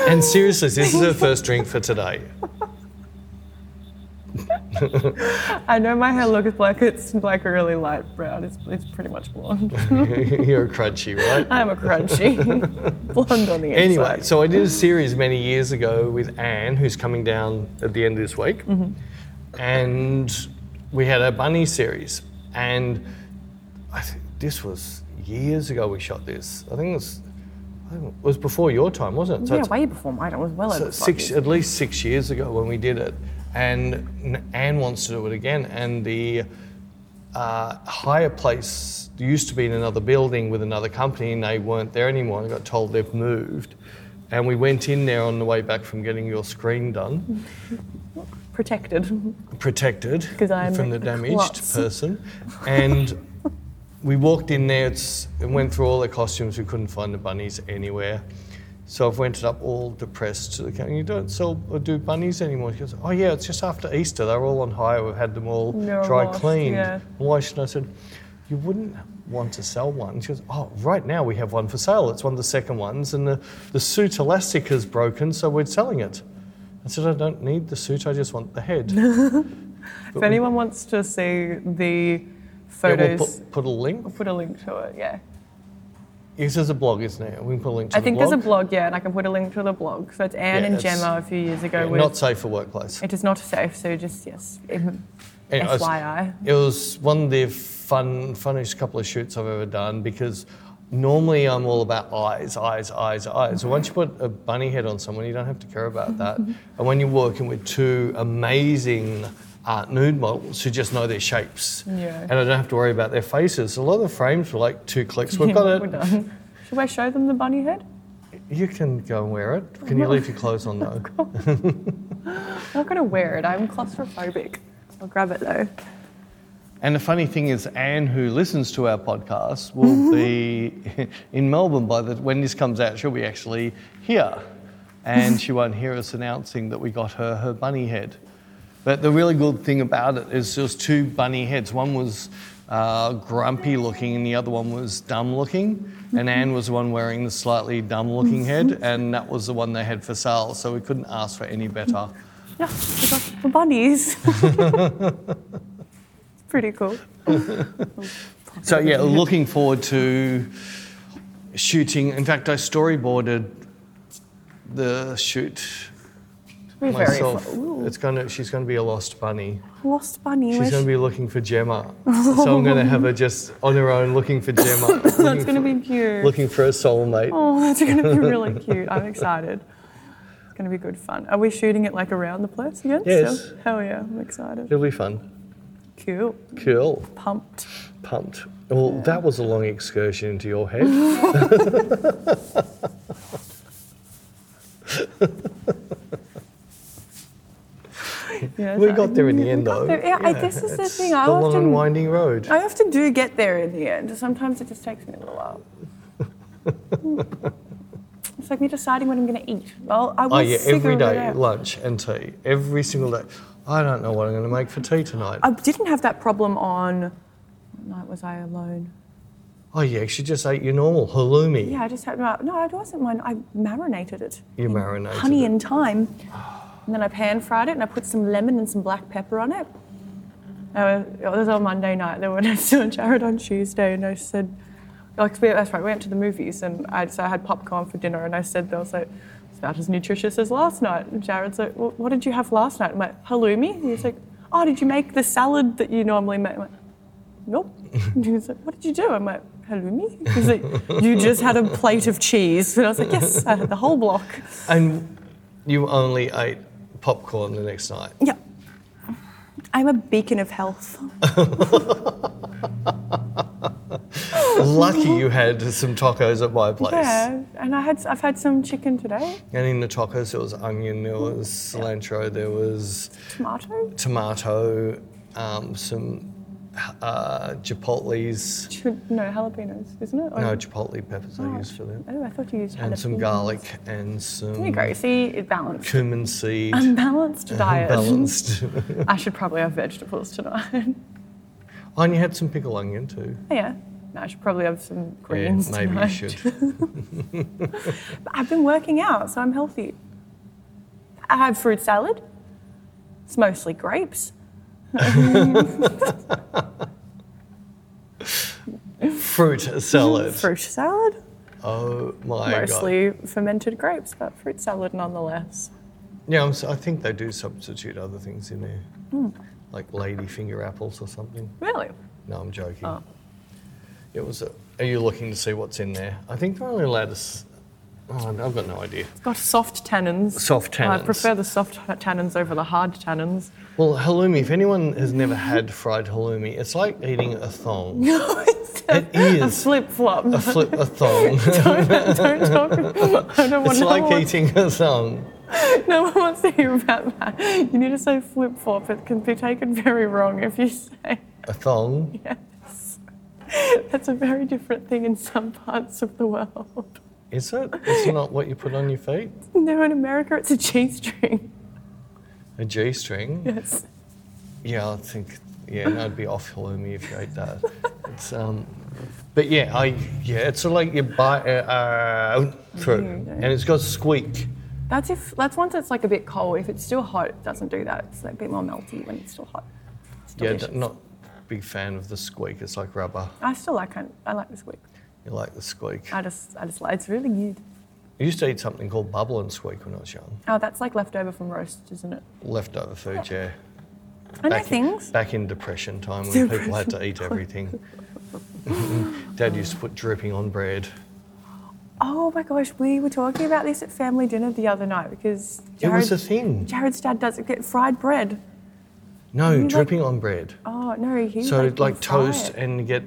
A: And seriously, this is her first drink for today.
B: [LAUGHS]
A: [LAUGHS]
B: I know my hair looks black. It's like a really light brown. It's, it's pretty much blonde.
A: [LAUGHS] You're a crunchy, right?
B: I'm
A: [LAUGHS]
B: a crunchy blonde on the inside.
A: Anyway, so I did a series many years ago with Anne, who's coming down at the end of this week, and we had a bunny series, and I think this was years ago we shot this. I think it was, I don't know, it was before your time, wasn't it? So
B: yeah,
A: it's-
B: way before mine. It was well
A: so
B: over five
A: six,
B: years.
A: at least six years ago when we did it, and N- Anne wants to do it again. And the uh, higher place used to be in another building with another company, and they weren't there anymore. And I got told they've moved. And we went in there on the way back from getting your screen done,
B: protected.
A: protected
B: 'Cause I'm
A: from the
B: a
A: damaged
B: klutz.
A: person, and. We walked in there it's, and went through all the costumes. We couldn't find the bunnies anywhere. So I've ended up all depressed to the counter. You don't sell or do bunnies anymore. She goes, Oh, yeah, it's just after Easter. They're all on hire. We've had them all
B: They're
A: dry
B: lost,
A: cleaned.
B: yeah.
A: Washed. And I said, You wouldn't want to sell one. She goes, Oh, right now we have one for sale. It's one of the second ones. And the, the suit elastic is broken, so we're selling it. I said, I don't need the suit. I just want the head. Yeah,
B: If anyone wants to see the
A: we'll
B: photos,
A: put, put a link.
B: I'll put a link to it. Yeah,
A: Yes, there's a blog, isn't there? We can put a link to
B: I
A: the
B: think
A: blog.
B: there's a blog. Yeah, and I can put a link to the blog. So it's Anne
A: Yeah,
B: and
A: it's-
B: Gemma a few years ago.
A: Yeah,
B: with,
A: not safe for workplace.
B: it is not safe. So just yes, im-
A: Anyway, it's-
B: FYI.
A: It was one of the fun, funniest couple of shoots I've ever done because normally I'm all about eyes, eyes, eyes, eyes. So once you put a bunny head on someone, you don't have to care about
B: [LAUGHS]
A: that. and when you're working with two amazing art nude models who just know their shapes,
B: Yeah.
A: and I don't have to worry about their faces. A lot of the frames were like two clicks. We've got
B: [LAUGHS] We're
A: it.
B: done. Should I show them the bunny head?
A: You can go and wear it. Can you leave your clothes on though?
B: I'm not gonna wear it. I'm claustrophobic. I'll grab it though.
A: And the funny thing is, Anne, who listens to our podcast, will be [LAUGHS] in Melbourne by the when this comes out. She'll be actually here, and she won't hear us announcing that we got her her bunny head. But the really good thing about it is there's two bunny heads. One was uh, grumpy looking, and the other one was dumb looking. And Anne was the one wearing the slightly dumb looking head, and that was the one they had for sale. So we couldn't ask for any better.
B: Yeah, we got
A: [LAUGHS]
B: the bunnies. Pretty cool.
A: So yeah, looking forward to shooting. In fact, I storyboarded the shoot
B: We're very
A: myself.
B: fo- Ooh,
A: It's gonna. She's gonna be a lost bunny.
B: lost bunny.
A: She's
B: where's
A: gonna be looking for
B: [LAUGHS]
A: Gemma. so I'm gonna have her just on her own looking for Gemma.
B: she- [LAUGHS] that's gonna be cute.
A: Looking for a soulmate.
B: Oh, that's gonna be really cute. I'm excited. It's gonna be good fun. Are we shooting it like around the place again?
A: Yes.
B: Still? Hell yeah, I'm excited.
A: It'll be fun.
B: Cute.
A: Cool.
B: Pumped.
A: Pumped. Well, that was a long excursion into your head.
B: Yeah,
A: We
B: so-
A: got there in the end,
B: We got
A: though.
B: there. Yeah, I- this is the
A: it's
B: thing, I
A: the long
B: often-
A: and winding road.
B: I often do get there in the end. Sometimes it just takes me a
A: [LAUGHS]
B: little while. it's like me deciding what I'm going to eat. Well, I will
A: Oh yeah, every
B: figure it
A: day
B: out.
A: lunch and tea. Every single day. I don't know what I'm going to make for tea tonight.
B: I didn't have that problem on. What night was I alone?
A: oh yeah, you should just ate your normal halloumi.
B: Yeah, I just had no. I wasn't one. I marinated it.
A: You
B: in
A: marinated
B: honey
A: it.
B: and thyme, and then I pan fried it and I put some lemon and some black pepper on it. Uh, it was on Monday night. [LAUGHS] Then when I saw Jared on Tuesday, and I said, like, we- that's right, we went to the movies, and I, so I had popcorn for dinner, and I said, I was like, it's about as nutritious as last night. And Jared's like, well, what did you have last night? I'm like, halloumi. And he's like, oh, did you make the salad that you normally make? I'm like, nope. [LAUGHS] And he was like, what did you do? I'm like, halloumi? He's like, you just had a plate of cheese. And I was like, yes, I had the whole block.
A: And you only ate popcorn the next night.
B: Yeah. I'm a beacon of health.
A: Lucky you had some tacos at my place.
B: Yeah, and I had I've had some chicken today.
A: And in the tacos, there was onion, there was cilantro, there was
B: Tomato,
A: tomato, um, some uh, chipotles.
B: Ch- no jalapenos, isn't it? Or-
A: No chipotle peppers I used for them.
B: Oh, I thought you used jalapenos.
A: And some garlic and some
B: There you go. See,
A: [LAUGHS]
B: it balanced.
A: cumin seed.
B: [LAUGHS] Unbalanced
A: Uh,
B: diet.
A: Balanced.
B: [LAUGHS] I should probably have vegetables tonight. [LAUGHS]
A: Oh, and you had some pickled onion too.
B: yeah. No, I should probably have some greens
A: maybe
B: tonight.
A: you should.
B: [LAUGHS] But I've been working out, so I'm healthy. I had fruit salad. It's mostly grapes.
A: Fruit salad.
B: Fruit salad.
A: Oh my god.
B: mostly fermented grapes, but fruit salad nonetheless.
A: Yeah, I'm, s- I think they do substitute other things in there,
B: Hmm.
A: like ladyfinger apples or something.
B: Really?
A: No, I'm joking.
B: Oh.
A: It was. A, are you looking to see what's in there? I think they're only allowed to. S- oh, I've got no idea.
B: It's got soft tannins.
A: Soft
B: I
A: tannins.
B: prefer the soft tannins over the hard
A: [LAUGHS]
B: tannins.
A: Well, halloumi. If anyone has never had fried halloumi, it's like eating a thong.
B: it's [LAUGHS] a,
A: It is.
B: flip flop.
A: A flip a thong.
B: [LAUGHS]
A: [LAUGHS]
B: don't talk. I
A: it's
B: don't want no, one
A: like
B: wants,
A: eating a thong.
B: [LAUGHS] no one wants to hear about that. You need to say flip flop. It can be taken very wrong if you say [LAUGHS]
A: A thong.
B: yes. That's a very different thing in some parts of the world. [LAUGHS]
A: Is it? It's not what you put on your feet.
B: No, in America, it's a G string. [LAUGHS]
A: A G string.
B: Yes.
A: Yeah, I think yeah, no, I'd be off halloumi if you ate that. it's um, but yeah, I yeah, it's sort of like you bite uh, uh, through,
B: Mm-hmm.
A: and it's got squeak.
B: That's if that's once it's like a bit cold. If it's still hot, it doesn't do that. It's like a bit more melty when it's still hot. It's
A: Yeah,
B: delicious.
A: d- not big fan of the squeak. It's like rubber.
B: I still like it. I like this week.
A: You like the squeak.
B: I just I just like it's really good.
A: I used to eat something called bubble and squeak when I was young.
B: Oh, that's like leftover from roast, isn't it?
A: Leftover food, yeah.
B: Oh, I know
A: Back in,
B: things.
A: back in depression time when people had to eat everything. [LAUGHS] Dad used to put dripping on bread.
B: Oh my gosh, we were talking about this at family dinner the other night because
A: It was
B: Jared's,
A: a thing.
B: Jared's dad doesn't get fried bread.
A: No,
B: like-
A: dripping on bread.
B: Oh no, he
A: So
B: like,
A: like,
B: would fry
A: toast
B: it.
A: and get,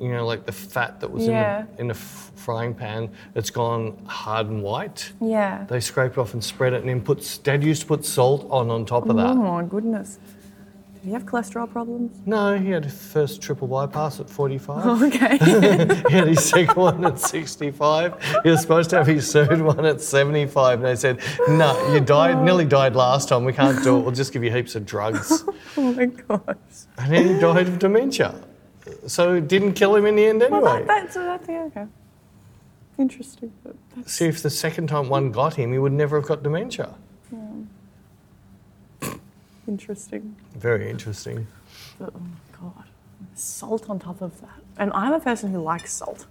A: you know, like the fat that was
B: Yeah.
A: in the, in the f- frying pan that's gone hard and white.
B: Yeah.
A: They scrape it off and spread it, and then put. s- Dad used to put salt on on top of
B: Oh
A: that.
B: my goodness. Did he have cholesterol problems? [LAUGHS]
A: No, he had his first triple bypass at 45.
B: Oh,
A: [LAUGHS]
B: okay. [LAUGHS]
A: he had his second [LAUGHS] one at 65. He was supposed to have his third one at 75, and they said, "No, you died, nearly died last time. We can't do it. We'll just give you heaps of drugs."
B: oh my gosh.
A: And then he died of dementia. So it didn't kill him in the end anyway.
B: Well, that, that's uh, that's yeah, okay. Interesting. But that's,
A: See, if the second time one got him, he would never have got dementia.
B: Interesting.
A: Very interesting.
B: But, oh my god. Salt on top of that. And I'm a person who likes salt.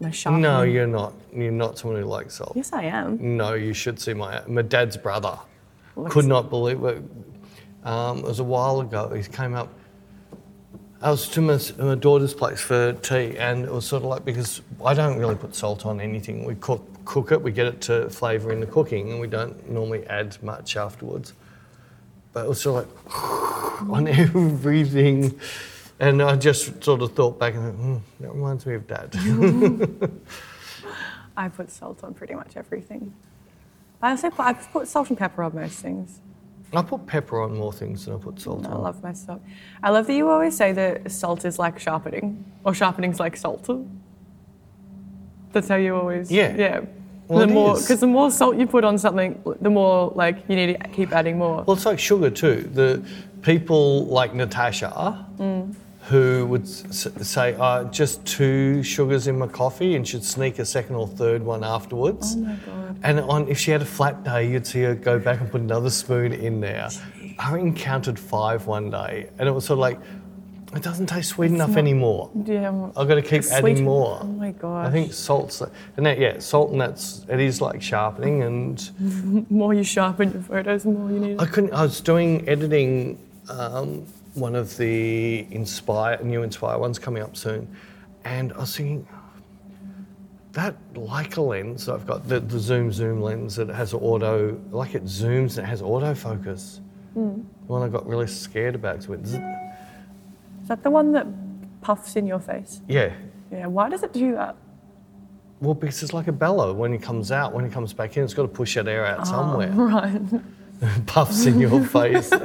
B: My sharp.
A: No, you're not. You're not someone who likes salt.
B: Yes, I am.
A: No, you should see my my dad's brother.
B: Likes-
A: Could not believe it. Um, it was a while ago. He came up. I was to my, my daughter's place for tea, and it was sort of like because I don't really put salt on anything. We cook cook it, we get it to flavour in the cooking, and we don't normally add much afterwards. But it was sort of like [SIGHS] on everything, and I just sort of thought back and thought, hmm, that reminds me of dad.
B: I put salt on pretty much everything. I also put, I put salt and pepper on most things.
A: I put pepper on more things than I put salt
B: I
A: on.
B: love my salt. I love that you always say that salt is like sharpening, or sharpening's like salt. That's how you always.
A: Yeah.
B: Yeah.
A: Well,
B: the
A: it
B: more,
A: is.
B: because the more salt you put on something, the more like you need to keep adding more.
A: Well, it's like sugar too. The people like Natasha, who would s- say, uh, "Just two sugars in my coffee," and she'd sneak a second or third one afterwards.
B: Oh my god.
A: And on, if she had a flat day, you'd see her go back and put another spoon in there. I encountered five one day, and it was sort of like, it doesn't taste sweet enough anymore.
B: Yeah. well,
A: I've got to keep
B: sweet-
A: adding more.
B: Oh my god.
A: I think salt's, and that, yeah, salt and that's, it is like sharpening and.
B: more you sharpen your photos, the more you need.
A: I couldn't. I was doing editing um, one of the Inspire new Inspire ones coming up soon, and I was thinking that Leica lens I've got the, the zoom zoom lens that has auto like it zooms and it has autofocus. The one I got really scared about 'cause it went zzz.
B: Is that the one that puffs in your face?
A: yeah.
B: Yeah. Why does it do that?
A: Well, because it's like a bellow. When it comes out, when it comes back in, it's got to push that air out
B: [LAUGHS]
A: somewhere.
B: Right.
A: [LAUGHS] puffs in your face. [LAUGHS]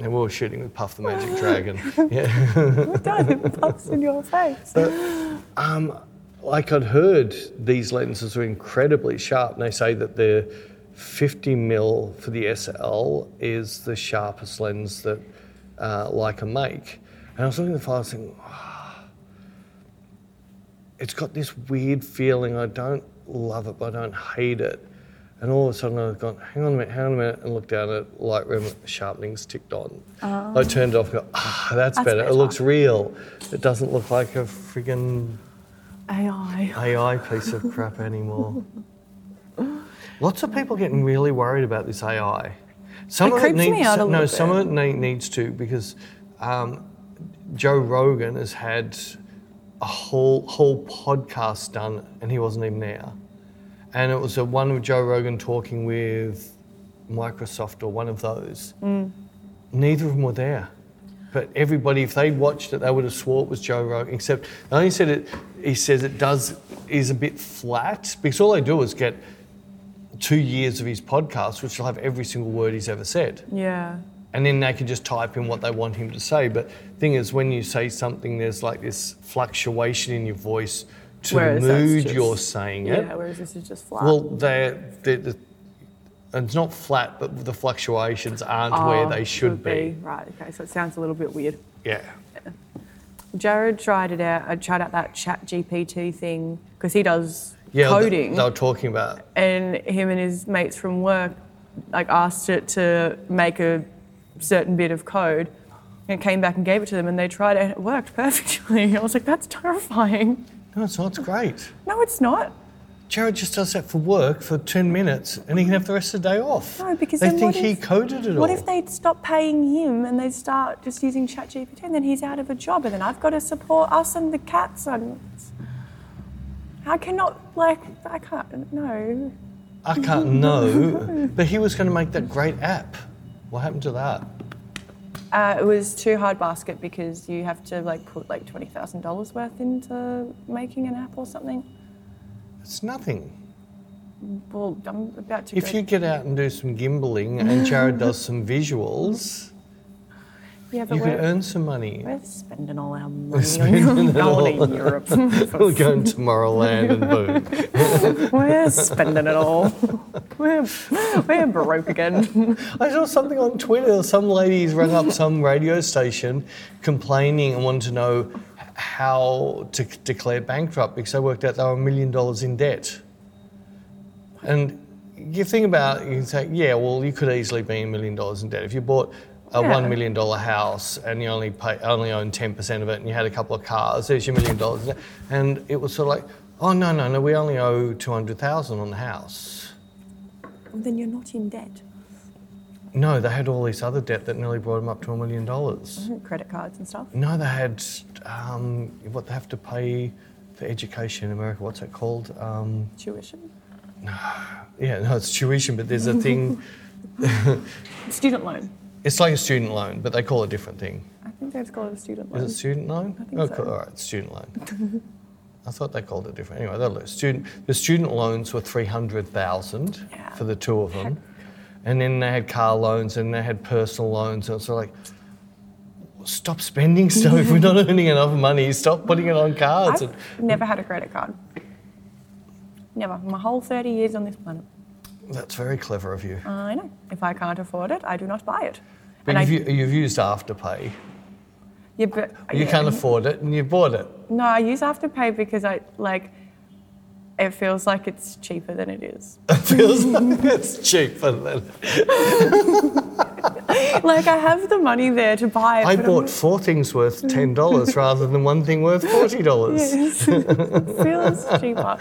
A: And we were shooting with Puff the Magic Dragon. Yeah.
B: it does. It puffs in your face.
A: Like I'd heard, these lenses are incredibly sharp. And they say that the 50 mil for the SL is the sharpest lens that uh, Leica make. And I was looking at the file and thinking, "Ah." it's got this weird feeling. I don't love it, but I don't hate it. And all of a sudden, I've gone, hang on a minute, hang on a minute, and looked down at Lightroom, sharpening's ticked on. I turned it off and go, ah, that's,
B: That's
A: better.
B: better.
A: It looks real. It doesn't look like a friggin'
B: AI.
A: AI piece of crap anymore. Lots of people getting really worried about this AI. Some
B: It
A: of it
B: creeps me
A: needs
B: out a
A: no,
B: little
A: some of it ne- needs to because um, Joe Rogan has had a whole whole podcast done and he wasn't even there, and it was a one with Joe Rogan talking with Microsoft or one of those.
B: Mm.
A: Neither of them were there. But everybody, if they watched it, they would have swore it was Joe Rogan. Except, I only said it. He says it does is a bit flat because all they do is get two years of his podcast, which will have every single word he's ever said,
B: Yeah.
A: and then they can just type in what they want him to say. But thing is, when you say something, there's like this fluctuation in your voice to
B: Whereas
A: the
B: that's
A: mood
B: just-
A: you're saying
B: Yeah.
A: it.
B: whereas this is just flat.
A: Well, they're, they're, they it's not flat, but the fluctuations aren't where
B: Oh,
A: they should
B: would
A: be.
B: Right. Okay. So it sounds a little bit weird.
A: Yeah.
B: Jared tried it out. I tried out that Chat GPT thing because he does
A: Yeah, th-
B: coding,
A: They were talking about
B: and him and his mates from work like asked it to make a certain bit of code. And it came back and gave it to them, and they tried it, and it [LAUGHS] worked perfectly. I was like, "That's terrifying."
A: No, it's not. It's great.
B: No, it's not.
A: Jared just does that for work for 10 minutes and he can have the rest of the day off.
B: No, because
A: they
B: then
A: think
B: what
A: he
B: if-
A: coded it
B: What
A: all.
B: if they'd stop paying him and they'd start just using ChatGPT and then he's out of a job and then I've got to support us and the cats and I cannot like I can't no.
A: I can't know. but he was going to make that great app. What happened to that?
B: Uh, it was too hard basket because you have to like put like twenty thousand dollars worth into making an app or something.
A: It's nothing.
B: Well, I'm about to.
A: If
B: go,
A: you get out and do some gimbling and Jared does some visuals,
B: yeah, but
A: you
B: we're,
A: can earn some money.
B: we're spending all our money on going to Europe.
A: [LAUGHS] We'll go in Tomorrowland and boom.
B: [LAUGHS] we're spending it all. [LAUGHS] We're we're broke again.
A: I saw something on Twitter. Some ladies rang up some radio station complaining and wanted to know h- how to c- declare bankrupt because they worked out they were a million dollars in debt. And you think about it, you can say, yeah, well, you could easily be a million dollars in debt. If you bought a
B: Yeah.
A: one million dollar house and you only pay, only own ten percent of it, and you had a couple of cars, there's your million dollars. in debt. And it was sort of like, oh no, no, no, we only owe two hundred thousand on the house.
B: [LAUGHS] then you're not in debt.
A: No, they had all this other debt that nearly brought them up to a million dollars.
B: Credit cards and stuff.
A: No, they had um, what they have to pay for education in America. What's it called? Um,
B: Tuition.
A: yeah, [LAUGHS] no, it's tuition, but there's a thing.
B: Student loan.
A: It's like a student loan, but they call it a different thing.
B: I think they've called it a student
A: Is
B: loan.
A: it student loan?
B: I think
A: oh,
B: so.
A: cool. all right, student loan. [LAUGHS] I thought they called it different. Anyway, that student the student loans were three hundred thousand
B: Yeah.
A: for the two of them, and then they had car loans and they had personal loans. And it's like, stop spending stuff. if we're
B: [LAUGHS]
A: not earning enough money, stop putting it on cards.
B: I've
A: And
B: never had a credit card. Never. My whole 30 years on this planet.
A: that's very clever of you.
B: I know. If I can't afford it, I do not buy it.
A: But
B: I,
A: you've, u- you've used AfterPay.
B: yeah, but,
A: You
B: yeah.
A: can't afford it, and you bought it. [LAUGHS]
B: No, I use Afterpay because I like. It feels like it's cheaper than it
A: [COUGHS]
B: is. [LAUGHS]
A: Feels like it's cheaper than
B: like I have the money there to buy it.
A: I
B: but
A: bought four things worth ten
B: [LAUGHS]
A: dollars rather than one thing worth forty dollars.
B: Yes. it feels cheaper.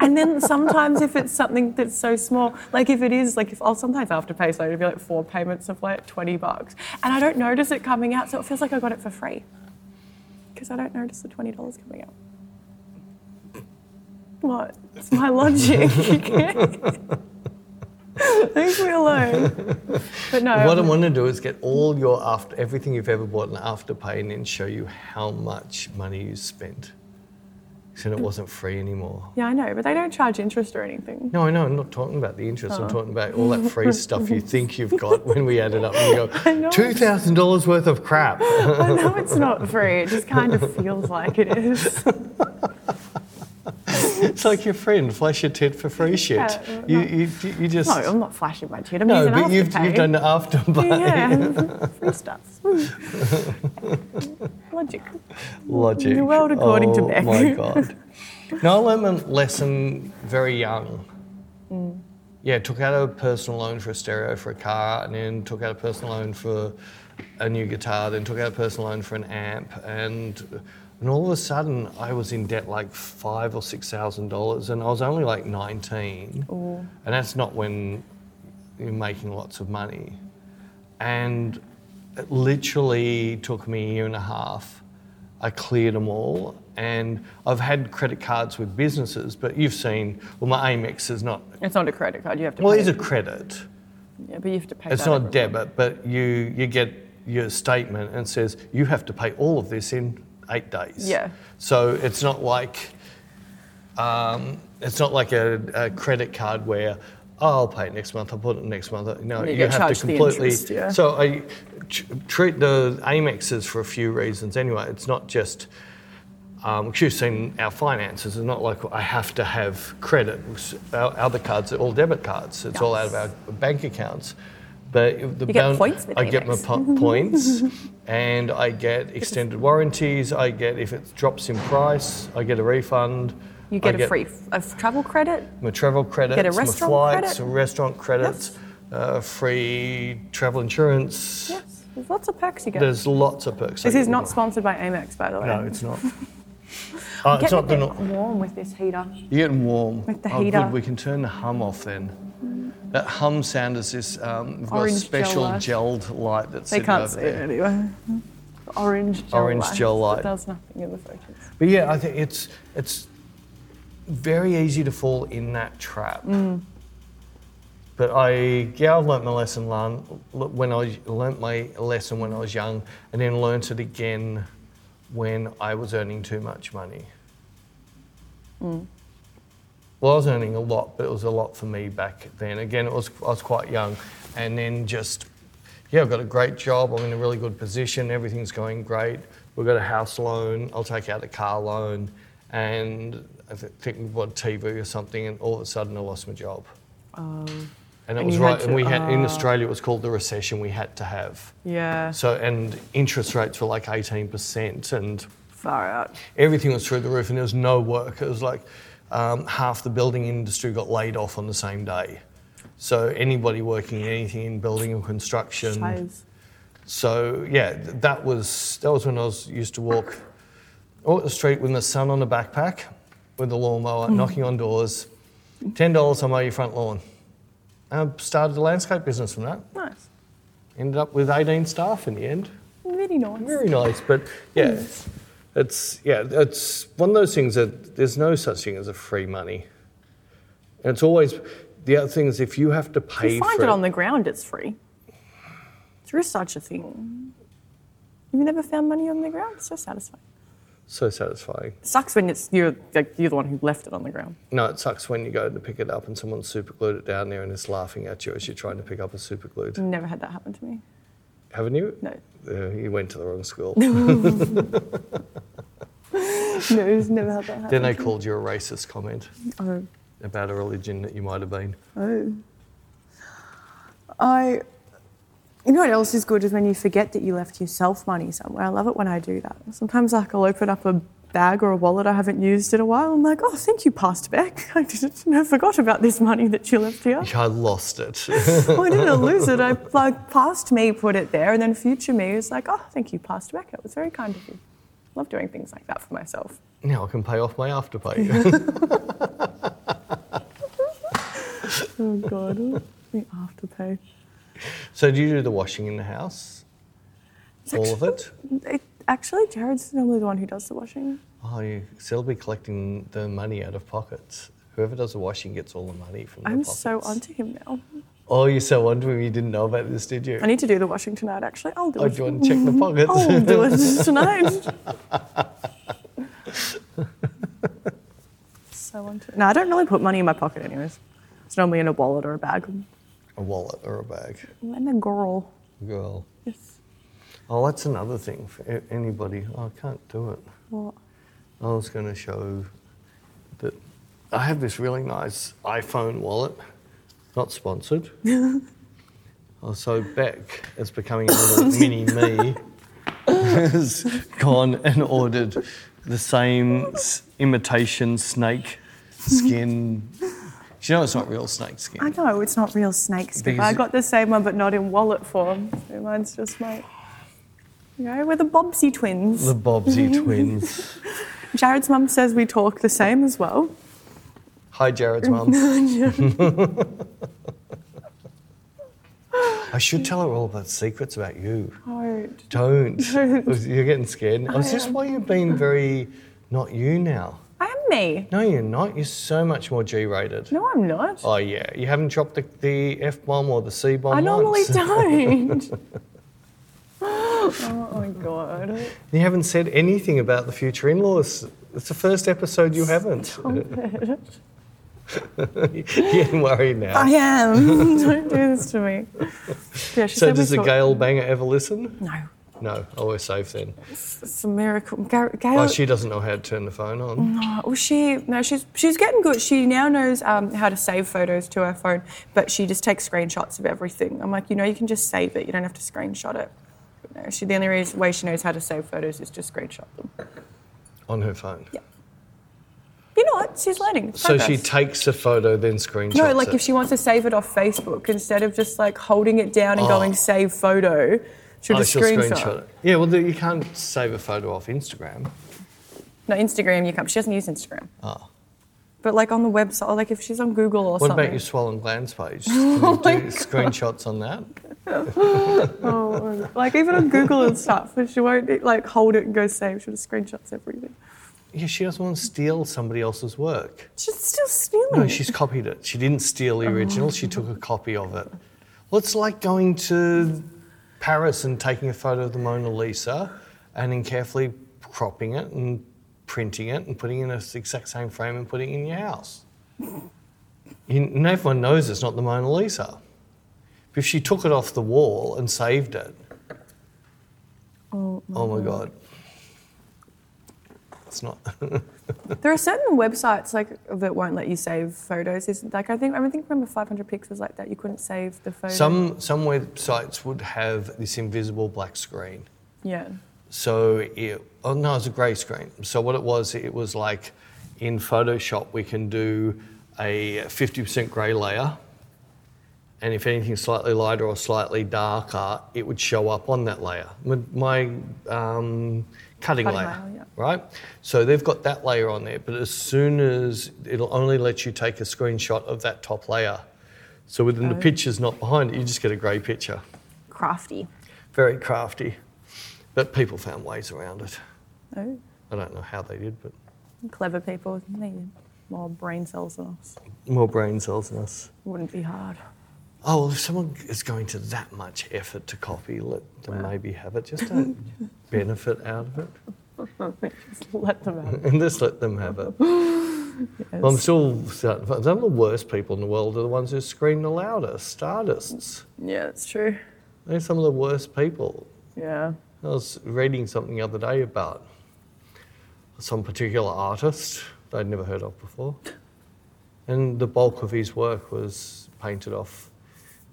B: And then sometimes if it's something that's so small, like if it is, like if I'll sometimes afterpay, so it'll be like four payments of like 20 bucks. And I don't notice it coming out, so it feels like I got it for free. Because I don't notice the $20 coming out. What? It's my logic. [LAUGHS] Leave me alone. But no.
A: What I want to do is get all your after everything you've ever bought in afterpay and then show you how much money you spent. So it wasn't free anymore.
B: yeah, I know, but they don't charge interest or anything. [LAUGHS]
A: No, I know. I'm not talking about the interest.
B: Oh.
A: I'm talking about all that free stuff
B: [LAUGHS]
A: you think you've got when we add it up and you go,
B: know.
A: two thousand dollars worth of
B: [LAUGHS]
A: crap.
B: I know it's not free. It just kind of feels like it is.
A: it's like your friend flash your tit for free shit.
B: Yeah,
A: you, you you just
B: No, I'm not flashing my tune. I'm
A: no,
B: using
A: but you've,
B: afterpay.
A: you've done the
B: [LAUGHS]
A: afterpay [LAUGHS]
B: Yeah, free stuff. Hmm. Logic.
A: logic.
B: The world according
A: oh,
B: to Beck.
A: my god. No, I learned my lesson very young. Yeah, took out a personal loan for a stereo for a car, and then took out a personal loan for a new guitar, then took out a personal loan for an amp, and and all of a sudden I was in debt like five or six thousand dollars, and I was only like nineteen, and that's not when you're making lots of money, and it literally took me a year and a half. I cleared them all, and I've had credit cards with businesses, but you've seen well, my Amex is not
B: It's not a credit card. You have to.
A: well,
B: pay.
A: it's a credit.
B: Yeah, but you have to pay.
A: It's
B: that
A: not
B: every-
A: debit, but you you get your statement and it says you have to pay all of this in eight days.
B: Yeah.
A: So it's not like um, it's not like a, a credit card where oh, I'll pay it next month. I'll put it next month. No,
B: And
A: you,
B: you
A: have
B: get
A: to
B: charged the
A: completely.
B: interest, yeah.
A: So I tr- treat the Amexes for a few reasons. Anyway, it's not just. Um, 'cause you've seen our finances are not like I have to have credit. Our other cards are all debit cards. It's all out of our bank accounts. But if the
B: You get
A: bound-
B: points with
A: I get my
B: Amex. [LAUGHS]
A: po- points, and I get extended warranties. I get if it drops in price, I get a refund.
B: You
A: I
B: get a free a f- travel credit.
A: my travel credits,
B: restaurant
A: my flights,
B: credit.
A: and restaurant credits, uh, free travel insurance.
B: Yes, there's lots of perks you get.
A: There's lots of perks. I
B: this
A: get
B: is
A: with
B: not
A: my-
B: [LAUGHS] sponsored by Amex, by the way.
A: No, it's not. Oh, it's
B: Getting a
A: not the
B: bit
A: nor-
B: warm with this heater.
A: You're getting warm.
B: With the
A: oh,
B: heater.
A: good. We can turn the hum off then. That hum sound is this. Um, we've got a
C: Orange gel
A: special
C: light.
A: gelled light that's
B: They
A: sitting
B: can't
A: over
B: see
A: there.
B: it anyway. [LAUGHS] Orange gel
A: Orange
B: light.
A: gel light.
B: It does nothing in the focus.
A: But yeah, I think it's it's very easy to fall in that trap.
B: Mm.
A: But I yeah, I've learnt my lesson learn, when I learnt my lesson when I was young, and then learnt it again when I was earning too much money. Well, I was earning a lot, but it was a lot for me back then. Again, it was I was quite young, and then just yeah, I've got a great job. I'm in a really good position. Everything's going great. We've got a house loan. I'll take out a car loan, and I th- think we bought a TV or something. And all of a sudden, I lost my job. and it
B: Oh. And
A: was
B: you had
A: right.
B: to- oh.
A: and we had in Australia, it was called the recession we had to have.
B: Yeah.
A: So and interest rates were like 18%, and
B: Far out.
A: everything was through the roof and there was no work. It was like um, half the building industry got laid off on the same day. So anybody working in anything in building and construction.
B: Phase.
A: So yeah, th- that was that was when I was used to walk walk the street with my son on a backpack, with a lawnmower, knocking on doors. Ten dollars, I mow your front lawn. I started a landscape business from that.
B: Nice.
A: Ended up with 18 staff in the end.
B: Really nice.
A: Very nice, but yeah,
B: Hmm.
A: it's yeah, it's one of those things that there's no such thing as a free money, and it's always the other thing is if you have to pay
B: You find
A: for
B: it on the ground, it's free. There is such a thing. You've never found money on the ground? It's so satisfying.
A: so satisfying.
B: It sucks when it's you're like you're the one who left it on the ground.
A: No, it sucks when you go to pick it up and someone's super glued it down there and is laughing at you as you're trying to pick up a super glued.
B: Never had that happen to me.
A: Haven't you?
B: No.
A: Uh, you went to the wrong school.
B: [LAUGHS] No, it's never had that happen.
A: [LAUGHS] then they called you a racist comment
B: Oh.
A: about a religion that you might have been.
B: Oh. I. You know what else is good is when you forget that you left yourself money somewhere. I love it when I do that. Sometimes like I'll open up a bag or a wallet I haven't used in a while. I'm like, oh, thank you, passed back. [LAUGHS] I didn't. I forgot about this money that you left here.
A: I lost it. [LAUGHS]
B: well, I didn't lose it. I like past me put it there, and then future me was like, "Oh, thank you, past back. It was very kind of you." Love doing things like that for myself.
A: now I can pay off my
B: [LAUGHS]
A: afterpay.
B: Oh God, the afterpay.
A: so do you do the washing in the house?
B: It's
A: All of
B: actually-
A: it?
B: it? Actually, Jared's normally the one who does the washing.
A: Oh, you still be collecting the money out of pockets. Whoever does the washing gets all the money from the
B: I'm
A: pockets.
B: so onto him now.
A: Oh, you're so onto him. You didn't know about this, did you?
B: I need to do the washing tonight. Actually, I'll do
A: Oh,
B: it.
A: do you want to check the pockets?
B: [LAUGHS]
A: [LAUGHS]
B: I'll do it tonight. so onto. No, I don't really put money in my pocket, anyways. It's normally in a wallet or a bag.
A: a wallet or a bag.
B: I'm a girl.
A: Girl.
B: Yes.
A: Oh, that's another thing for a- anybody. Oh, I can't do it.
B: What?
A: I was going to show that I have this really nice iPhone wallet, not sponsored. oh, so Beck is becoming a little mini me. Has gone and ordered the same s- imitation snake skin. Do you know it's not real snake skin?
B: I know it's not real snake skin. but I
A: Because-
B: got the same one, but not in wallet form. So mine's just like, you know, we're the Bobsey twins.
A: The Bobsey twins.
B: Jared's mum says we talk the same as well.
A: Hi, Jared's
B: [LAUGHS]
A: mum. I should tell her all about secrets about you.
B: Oh, [LAUGHS]
A: Don't. You're getting scared. Is this why you've been very not you now?
B: I am me.
A: No, you're not. You're so much more G rated.
B: No, I'm not.
A: Oh, yeah. You haven't dropped the, the F bomb or the C bomb
B: I
A: once. [LAUGHS]
B: normally don't. oh my god.
A: You haven't said anything about the future in laws. It's the first episode you
B: [LAUGHS]
A: haven't. [LAUGHS] you're getting worried now.
B: I am. [LAUGHS] don't do this to me. Yeah, she
A: So,
B: said we
A: does the
B: talk-
A: Gail Banger ever listen?
B: No,
A: No. Oh, we're safe then.
B: it's a miracle. Gail.
A: Oh, she doesn't know how to turn the phone on.
B: Oh, well, she no, she's she's getting good. She now knows um, how to save photos to her phone, but she just takes screenshots of everything. I'm like, you know, you can just save it. You don't have to screenshot it. No, she the only reason, way she knows how to save photos is to screenshot them.
A: On her phone.
B: Yeah. You know what? She's learning. It's
A: So she
B: progress.
A: takes a photo, then screenshots
B: no, like
A: it.
B: if she wants to save it off Facebook instead of just like holding it down and
A: Oh.
B: going save photo, she'll
A: Oh,
B: just
A: she'll
B: screenshot.
A: it. Yeah, well, the- you can't save a photo off Instagram.
B: No, Instagram, you can't. She doesn't use Instagram.
A: Oh.
B: But like on the website, or, like if she's on Google or
A: What
B: something.
A: about your swollen glands
B: [LAUGHS]
A: page? Can you do screenshots on that?
B: Oh, like even on Google and stuff, [LAUGHS] she won't like hold it and go save. She just screenshots everything.
A: Yeah, she doesn't want to steal somebody else's work.
B: She's still stealing.
A: No,
B: it.
A: she's copied it. She didn't steal the original, she took a copy of it. Well, it's like going to Paris and taking a photo of the Mona Lisa and then carefully cropping it and printing it and putting it in the exact same frame and putting it in your house. You, and everyone knows it's not the Mona Lisa. But if she took it off the wall and saved it,
B: Oh,
A: oh my God. It's not.
B: There are certain websites like that won't let you save photos. Isn't like I think I think remember 500 pics was like that. You couldn't save the photo.
A: Some some websites would have this invisible black screen.
B: yeah.
A: So it, oh no, it was a grey screen. So what it was, it was like in Photoshop we can do a 50% grey layer, and if anything's slightly lighter or slightly darker, it would show up on that layer. My, my um, cutting,
B: Cutting
A: layer,
B: layer, yeah.
A: right? So they've got that layer on there, but as soon as it'll only let you take a screenshot of that top layer. So within the
B: Oh.
A: picture's not behind it, you just get a grey picture
B: Crafty.
A: very crafty. But people found ways around it.
B: Oh,
A: I don't know how they did, but
B: clever people. They need more brain cells than us.
A: more brain cells than us.
B: Wouldn't be hard. [LAUGHS]
A: Oh, well, if someone is going to that much effort to copy, let them maybe have it. Just don't benefit out of it. [LAUGHS]
B: Just let them out.
A: And just let them have it. Well, I'm still, some of the worst people in the world are the ones who scream the loudest, artists.
B: Yeah, it's true.
A: They're some of the worst people.
B: Yeah.
A: I was reading something the other day about some particular artist that I'd never heard of before. And the bulk of his work was painted off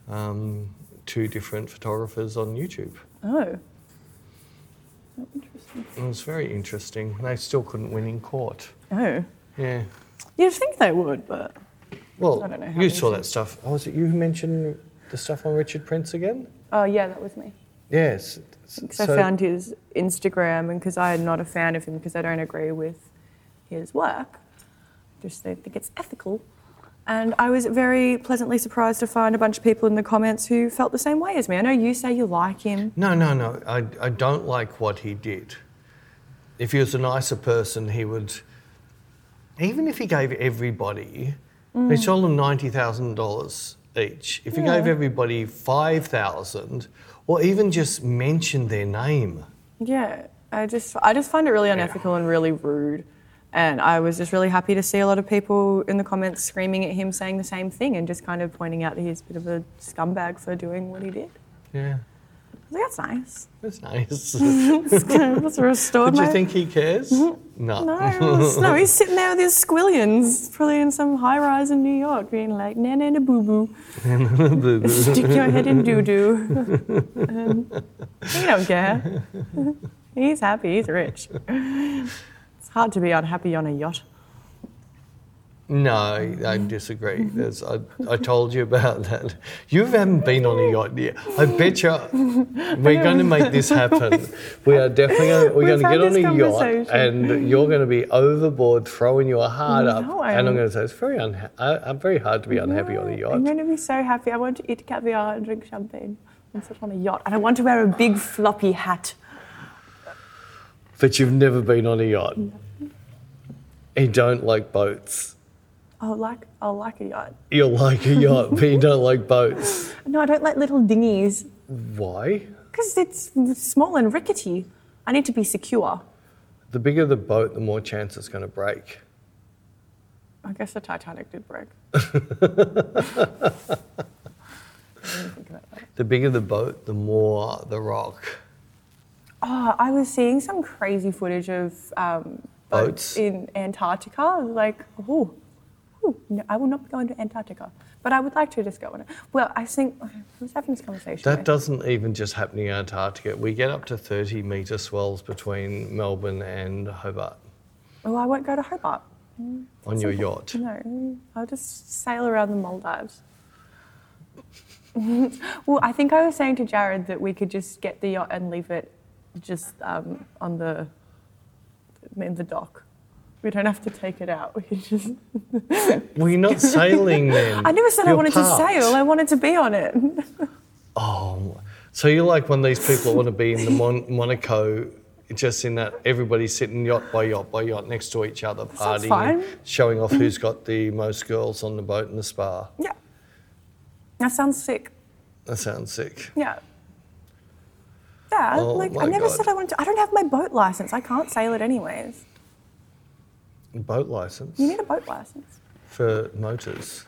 A: um, two different photographers on YouTube.
B: Oh. Oh, Interesting.
A: And it was very interesting. They still couldn't win in court.
B: Oh.
A: Yeah.
B: You'd think they would, but
A: Well,
B: I don't know how
A: you
B: they
A: saw that stuff. Oh, was it you who mentioned the stuff on Richard Prince again?
B: oh yeah, that was me.
A: Yes.
B: Because I found his Instagram, and because I'm not a fan of him because I don't agree with his work, just don't think it's ethical. And I was very pleasantly surprised to find a bunch of people in the comments who felt the same way as me. I know you say you like him.
A: No, no, no. I, I don't like what he did. If he was a nicer person, he would. Even if he gave everybody, he sold them ninety thousand dollars each. If he gave everybody five thousand, or even just mentioned their name,
B: Yeah, I just I just find it really unethical and really rude. And I was just really happy to see a lot of people in the comments screaming at him, saying the same thing, and just kind of pointing out that he's a bit of a scumbag for doing what he did.
A: yeah,
B: I was like, that's nice.
A: that's nice. Did
B: [LAUGHS] that's restored my
A: you think he cares? No.
B: No, it was- no, he's sitting there with his squillions, probably in some high rise in New York, being like, na na na boo
A: [LAUGHS]
B: boo, stick your head in doo doo. [LAUGHS] He don't care. he's happy, he's rich. It's hard to be unhappy on a yacht.
A: No, I- I
B: Mm-hmm.
A: disagree. There's, I, I told you about that. You haven't been on a yacht yet. I bet you we're going to make this happen. We are definitely gonna, we're
B: We've
A: going to get
B: had
A: on
B: this
A: a yacht,
B: conversation.
A: and you're going to be overboard, throwing your heart
B: No,
A: up.
B: I'm-
A: And I'm going to say it's very unha- I, I'm very hard to be unhappy on a
B: I'm
A: yacht.
B: going to be so happy. I want to eat caviar and drink champagne and sit on a yacht. And I want to wear a big floppy hat.
A: But you've never been on a yacht.
B: Mm-hmm.
A: You don't like boats.
B: I'll like, I'll like a yacht.
A: You like a yacht, but you don't like boats.
B: No, I don't like little dinghies.
A: Why?
B: Because it's small and rickety. I need to be secure.
A: The bigger the boat, the more chance it's going to break.
B: I guess the Titanic did
A: [LAUGHS]
B: break.
A: The bigger the boat, the more the rock.
B: Oh, I was seeing some crazy footage of um,
A: Boats?
B: in Antarctica. I was like, oh, ooh, no, I will not be going to Antarctica, but I would like to just go on it. Well, I think I was having this conversation.
A: That
B: with-
A: doesn't even just happen in Antarctica. We get up to 30 metre swells between Melbourne and Hobart
B: well, I won't go to Hobart.
A: on your yacht.
B: No, I'll just sail around the Maldives. [LAUGHS] well, I think I was saying to Jared that we could just get the yacht and leave it just um, on the them in the dock. We don't have to take it out. [LAUGHS] We can just.
A: Were you
B: [LAUGHS]
A: not sailing then?
B: I never said I
A: You're
B: wanted
A: parked.
B: to sail. I wanted to be on it. [LAUGHS]
A: Oh, so you're like one of these people that want to be
B: [LAUGHS]
A: in the Mon- Monaco, just in that everybody's sitting yacht by yacht by yacht next to each other,
B: sounds
A: partying,
B: fine.
A: showing off
B: [LAUGHS]
A: who's got the most girls on the boat in the spa.
B: Yeah. That sounds sick.
A: That sounds sick.
B: Yeah. Yeah,
A: Oh
B: like
A: my
B: I never
A: God.
B: said I wanted to. I don't have my boat license. I can't sail it anyways.
A: Boat license
B: You need a boat license.
A: for motors.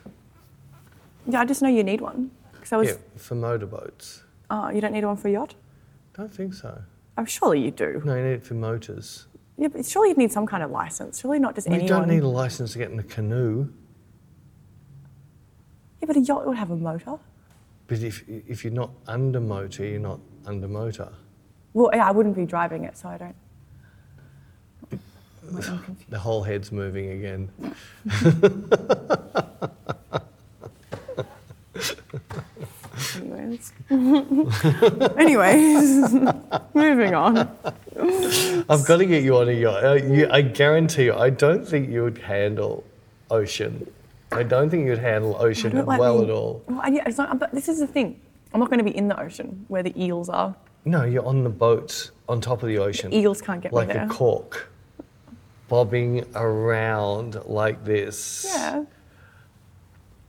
B: Yeah, I just know you need one. Because I was.
A: Yeah, for motorboats.
B: Oh, you don't need one for a yacht?
A: Don't think so.
B: Oh, surely you do.
A: No, you need it for motors.
B: Yeah, but surely you need some kind of license. Surely not just
A: You
B: anyone.
A: don't need a license to get in a canoe,
B: yeah, but a yacht would have a motor.
A: but if if you're not under motor, you're not under motor.
B: Well, yeah, I wouldn't be driving it, so I don't.
A: The whole head's moving again.
B: Anyways. [LAUGHS] anyways, [LAUGHS] moving on.
A: I've got to get you on a yacht. Uh, you, I guarantee you, I don't think you would handle ocean. I don't think you'd handle ocean
B: Don't let
A: well
B: me-
A: at all.
B: Well, I- yeah, it's not, but this is the thing. I'm not going to be in the ocean where the eels are.
A: No, you're on the boat on top of the ocean.
B: Eels can't get
A: like
B: me there.
A: a cork, bobbing around like this.
B: Yeah.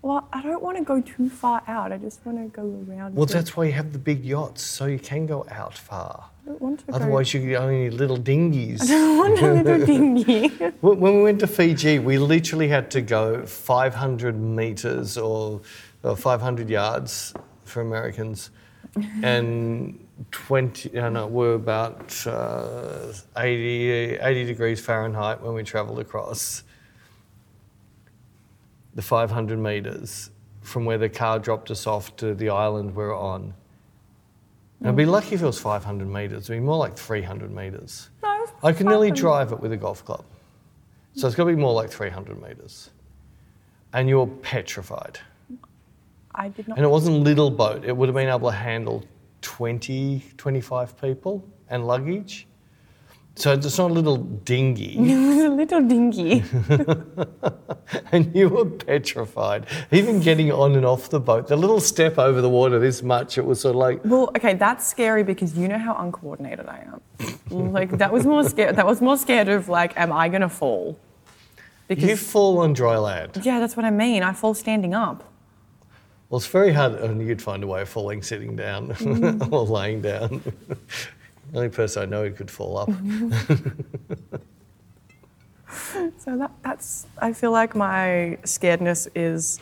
B: Well, I don't want to go too far out. I just want to go around.
A: Well,
B: to-
A: that's why you have the big yachts, so you can go out far.
B: I don't want to
A: Otherwise, you only need little dinghies.
B: go. [LAUGHS] I
A: [LAUGHS]
B: want another dinghy. [LAUGHS]
A: When when we went to Fiji, we literally had to go 500 meters or, or 500 yards for Americans, and 20. I know we're about uh, 80 80 degrees Fahrenheit when we travelled across the 500 meters from where the car dropped us off to the island we're on. And I'd be lucky if it was 500 meters. It'd be more like 300 meters.
B: No, it's
A: I can nearly
B: fine.
A: drive it with a golf club. So it's got to be more like 300 metres. And you're petrified.
B: I did not.
A: And it wasn't a little boat. It would have been able to handle 20, 25 people and luggage. So it's not a little dinghy. [LAUGHS]
B: It was a [LAUGHS] little dinghy.
A: and you were petrified. Even getting on and off the boat, the little step over the water this much, it was sort of like,
B: Well, okay, that's scary because you know how uncoordinated I am. Like that was more scared. That was more scared of like, am I gonna fall? Because
A: you fall on dry land.
B: yeah, that's what I mean. I fall standing up.
A: Well, it's very hard, and you'd find a way of falling sitting down [LAUGHS]
B: Mm.
A: or laying down. [LAUGHS] the only person I know who could fall up.
B: Mm-hmm. So that, that's. I feel like my scaredness is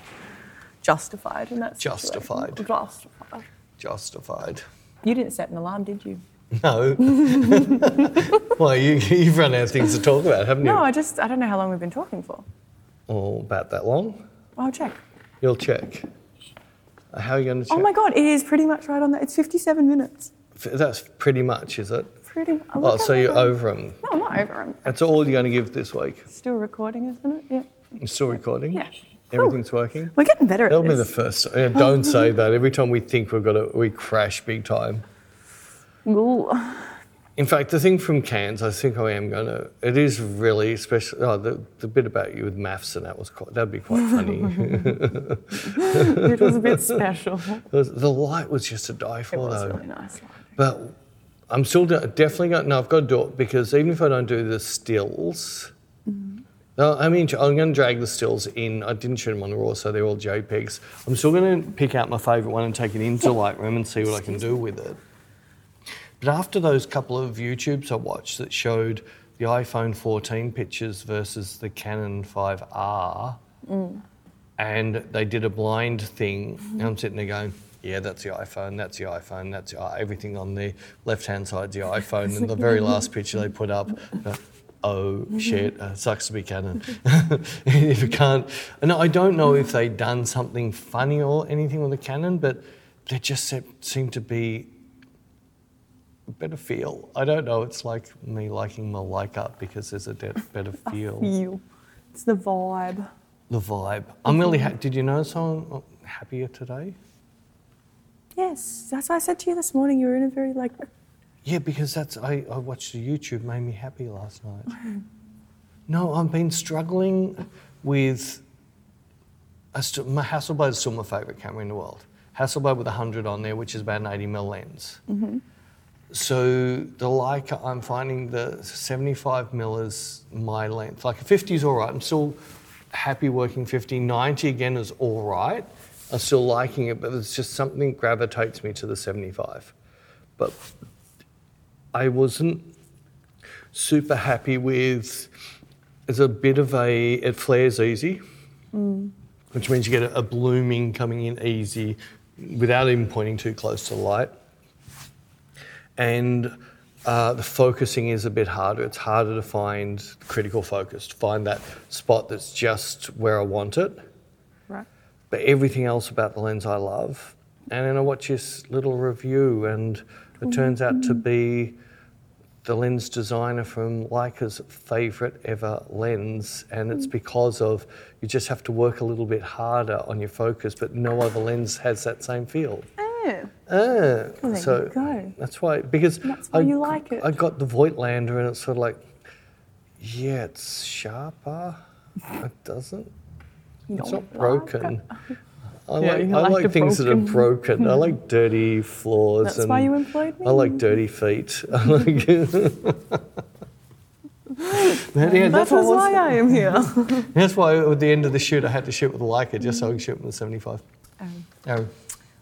B: justified, and that's
A: Justified.
B: Justified.
A: Justified. [LAUGHS]
B: You didn't set an alarm, did you?
A: No. [LAUGHS] well, you, you've run out of things to talk about, haven't you?
B: No, I just. I don't know how long we've been talking for.
A: Oh, about that long.
B: I'll check.
A: You'll check. Uh, How are you going to check?
B: Oh my god, it is pretty much right on that. It's 57 minutes.
A: F- That's pretty much, is it?
B: Pretty. I
A: Oh,
B: look
A: so
B: at
A: you're
B: my-
A: over them.
B: No, I'm not over. I'm
A: That's all you're going to give this week.
B: still recording, isn't it? Yeah.
A: You're still recording?
B: Yeah.
A: Everything's working?
B: We're getting better at
A: That'll be
B: this.
A: the first. Yeah, don't say that. Every time we think we've got to, we crash big time.
B: Ooh. [LAUGHS]
A: In fact, the thing from Cairns, I think I am going to. It is really special. Oh, the, the bit about you with maths and that was quite. That'd be quite
B: [LAUGHS]
A: funny.
B: it was a
A: [LAUGHS]
B: bit special.
A: the, the light was just to die for,
B: It was
A: though.
B: really nice.
A: But I'm still do- definitely going. No, I've got to do it because even if I don't do the stills, no, I mean I'm going to drag the stills in. I didn't shoot them on raw, so they're all JPEGs. I'm still going to pick out my favourite one and take it into Lightroom and see what I can do with it. But after those couple of YouTubes I watched that showed the iPhone 14 pictures versus the Canon 5R, and they did a blind thing. And I'm sitting there going, yeah, that's the iPhone, that's the iPhone, that's the, i- everything on the left hand side's the iPhone. And the very last picture they put up, uh, oh shit, uh, sucks to be Canon. [LAUGHS] if you can't, and I don't know if they'd done something funny or anything with the Canon, but they just se- seemed to be a better feel. I don't know, it's like me liking my Leica because there's a de- better
B: [LAUGHS]
A: feel
B: You. It's the vibe.
A: the vibe. I'm really ha- did you notice I'm uh, happier today?
B: Yes, that's why I said to you this morning. You were in a very like
A: Yeah, because that's I, I watched the YouTube made me happy last night. no, I've been struggling with. I still, my Hasselblad is still my favourite camera in the world. Hasselblad with a hundred on there, which is about an eighty mm lens. So the Leica, I'm finding the seventy-five mm is my length. Like a fifty is all right. I'm still happy working 50. 90 again is all right. I'm still liking it, but it's just something gravitates me to the seventy-five. But I wasn't super happy with. It's a bit of a it flares easy, which means you get a, a blooming coming in easy, without even pointing too close to the light. And uh, the focusing is a bit harder. It's harder to find critical focus, to find that spot that's just where I want it
B: Right.
A: but everything else about the lens I love. And then I watch this little review, and it turns out to be the lens designer from Leica's favorite ever lens. And it's because of you just have to work a little bit harder on your focus, but no other lens has that same feel.
B: Oh,
A: Ah,
B: Well, there
A: so
B: you go.
A: that's why because
B: That's why
A: I,
B: you like it.
A: I got the Voigtlander and it's sort of like, yeah, it's sharper. It doesn't
B: you
A: it's
B: don't
A: not
B: like
A: broken.
B: [LAUGHS] it.
A: I
B: Yeah,
A: like,
B: you
A: I
B: like
A: like
B: the
A: things that are broken. I like dirty floors.
B: That's
A: and
B: why you employed me.
A: I like dirty feet. [LAUGHS] I
B: [LAUGHS]
A: like. But yeah,
B: That
A: that's, what
B: was
A: was,
B: why I am here.
A: that's why at the end of the shoot I had to shoot with a Leica just so I could shoot with the 75.
B: [LAUGHS] Um,
A: Oh,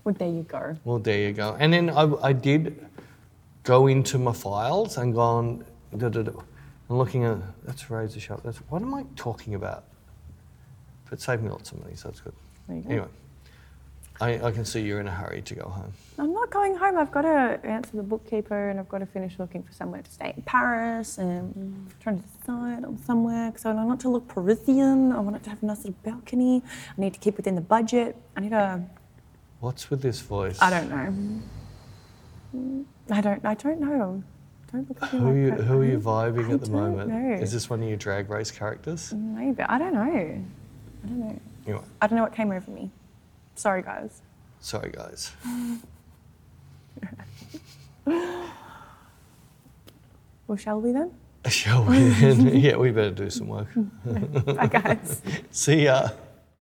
B: well, there you go.
A: well, there you go. And then I, I did go into my files and gone da, da, da, and looking at that's razor sharp. That's what am I talking about? But it saved me lots of money, so it's good.
B: There you go.
A: Anyway, I, I can see you're in a hurry to go home.
B: I'm not going home. I've got to answer the bookkeeper and I've got to finish looking for somewhere to stay in Paris and trying to decide on somewhere because I want it to look Parisian. I want it to have a nice little balcony. I need to keep within the budget. I need a.
A: What's with this voice?
B: I don't know. I don't. I don't know. Don't look at me
A: Who are you,
B: like that.
A: who are you vibing
B: I
A: at the
B: don't
A: moment?
B: know.
A: Is this one of your drag race characters?
B: Mm, Maybe I don't know. I don't know.
A: Anyway,
B: I don't know what came over me. Sorry, guys.
A: sorry guys. [LAUGHS]
B: Well, shall we
A: [LAUGHS]
B: then?
A: Shall we? then? yeah, we better do some work.
B: Bye, guys.
A: See ya.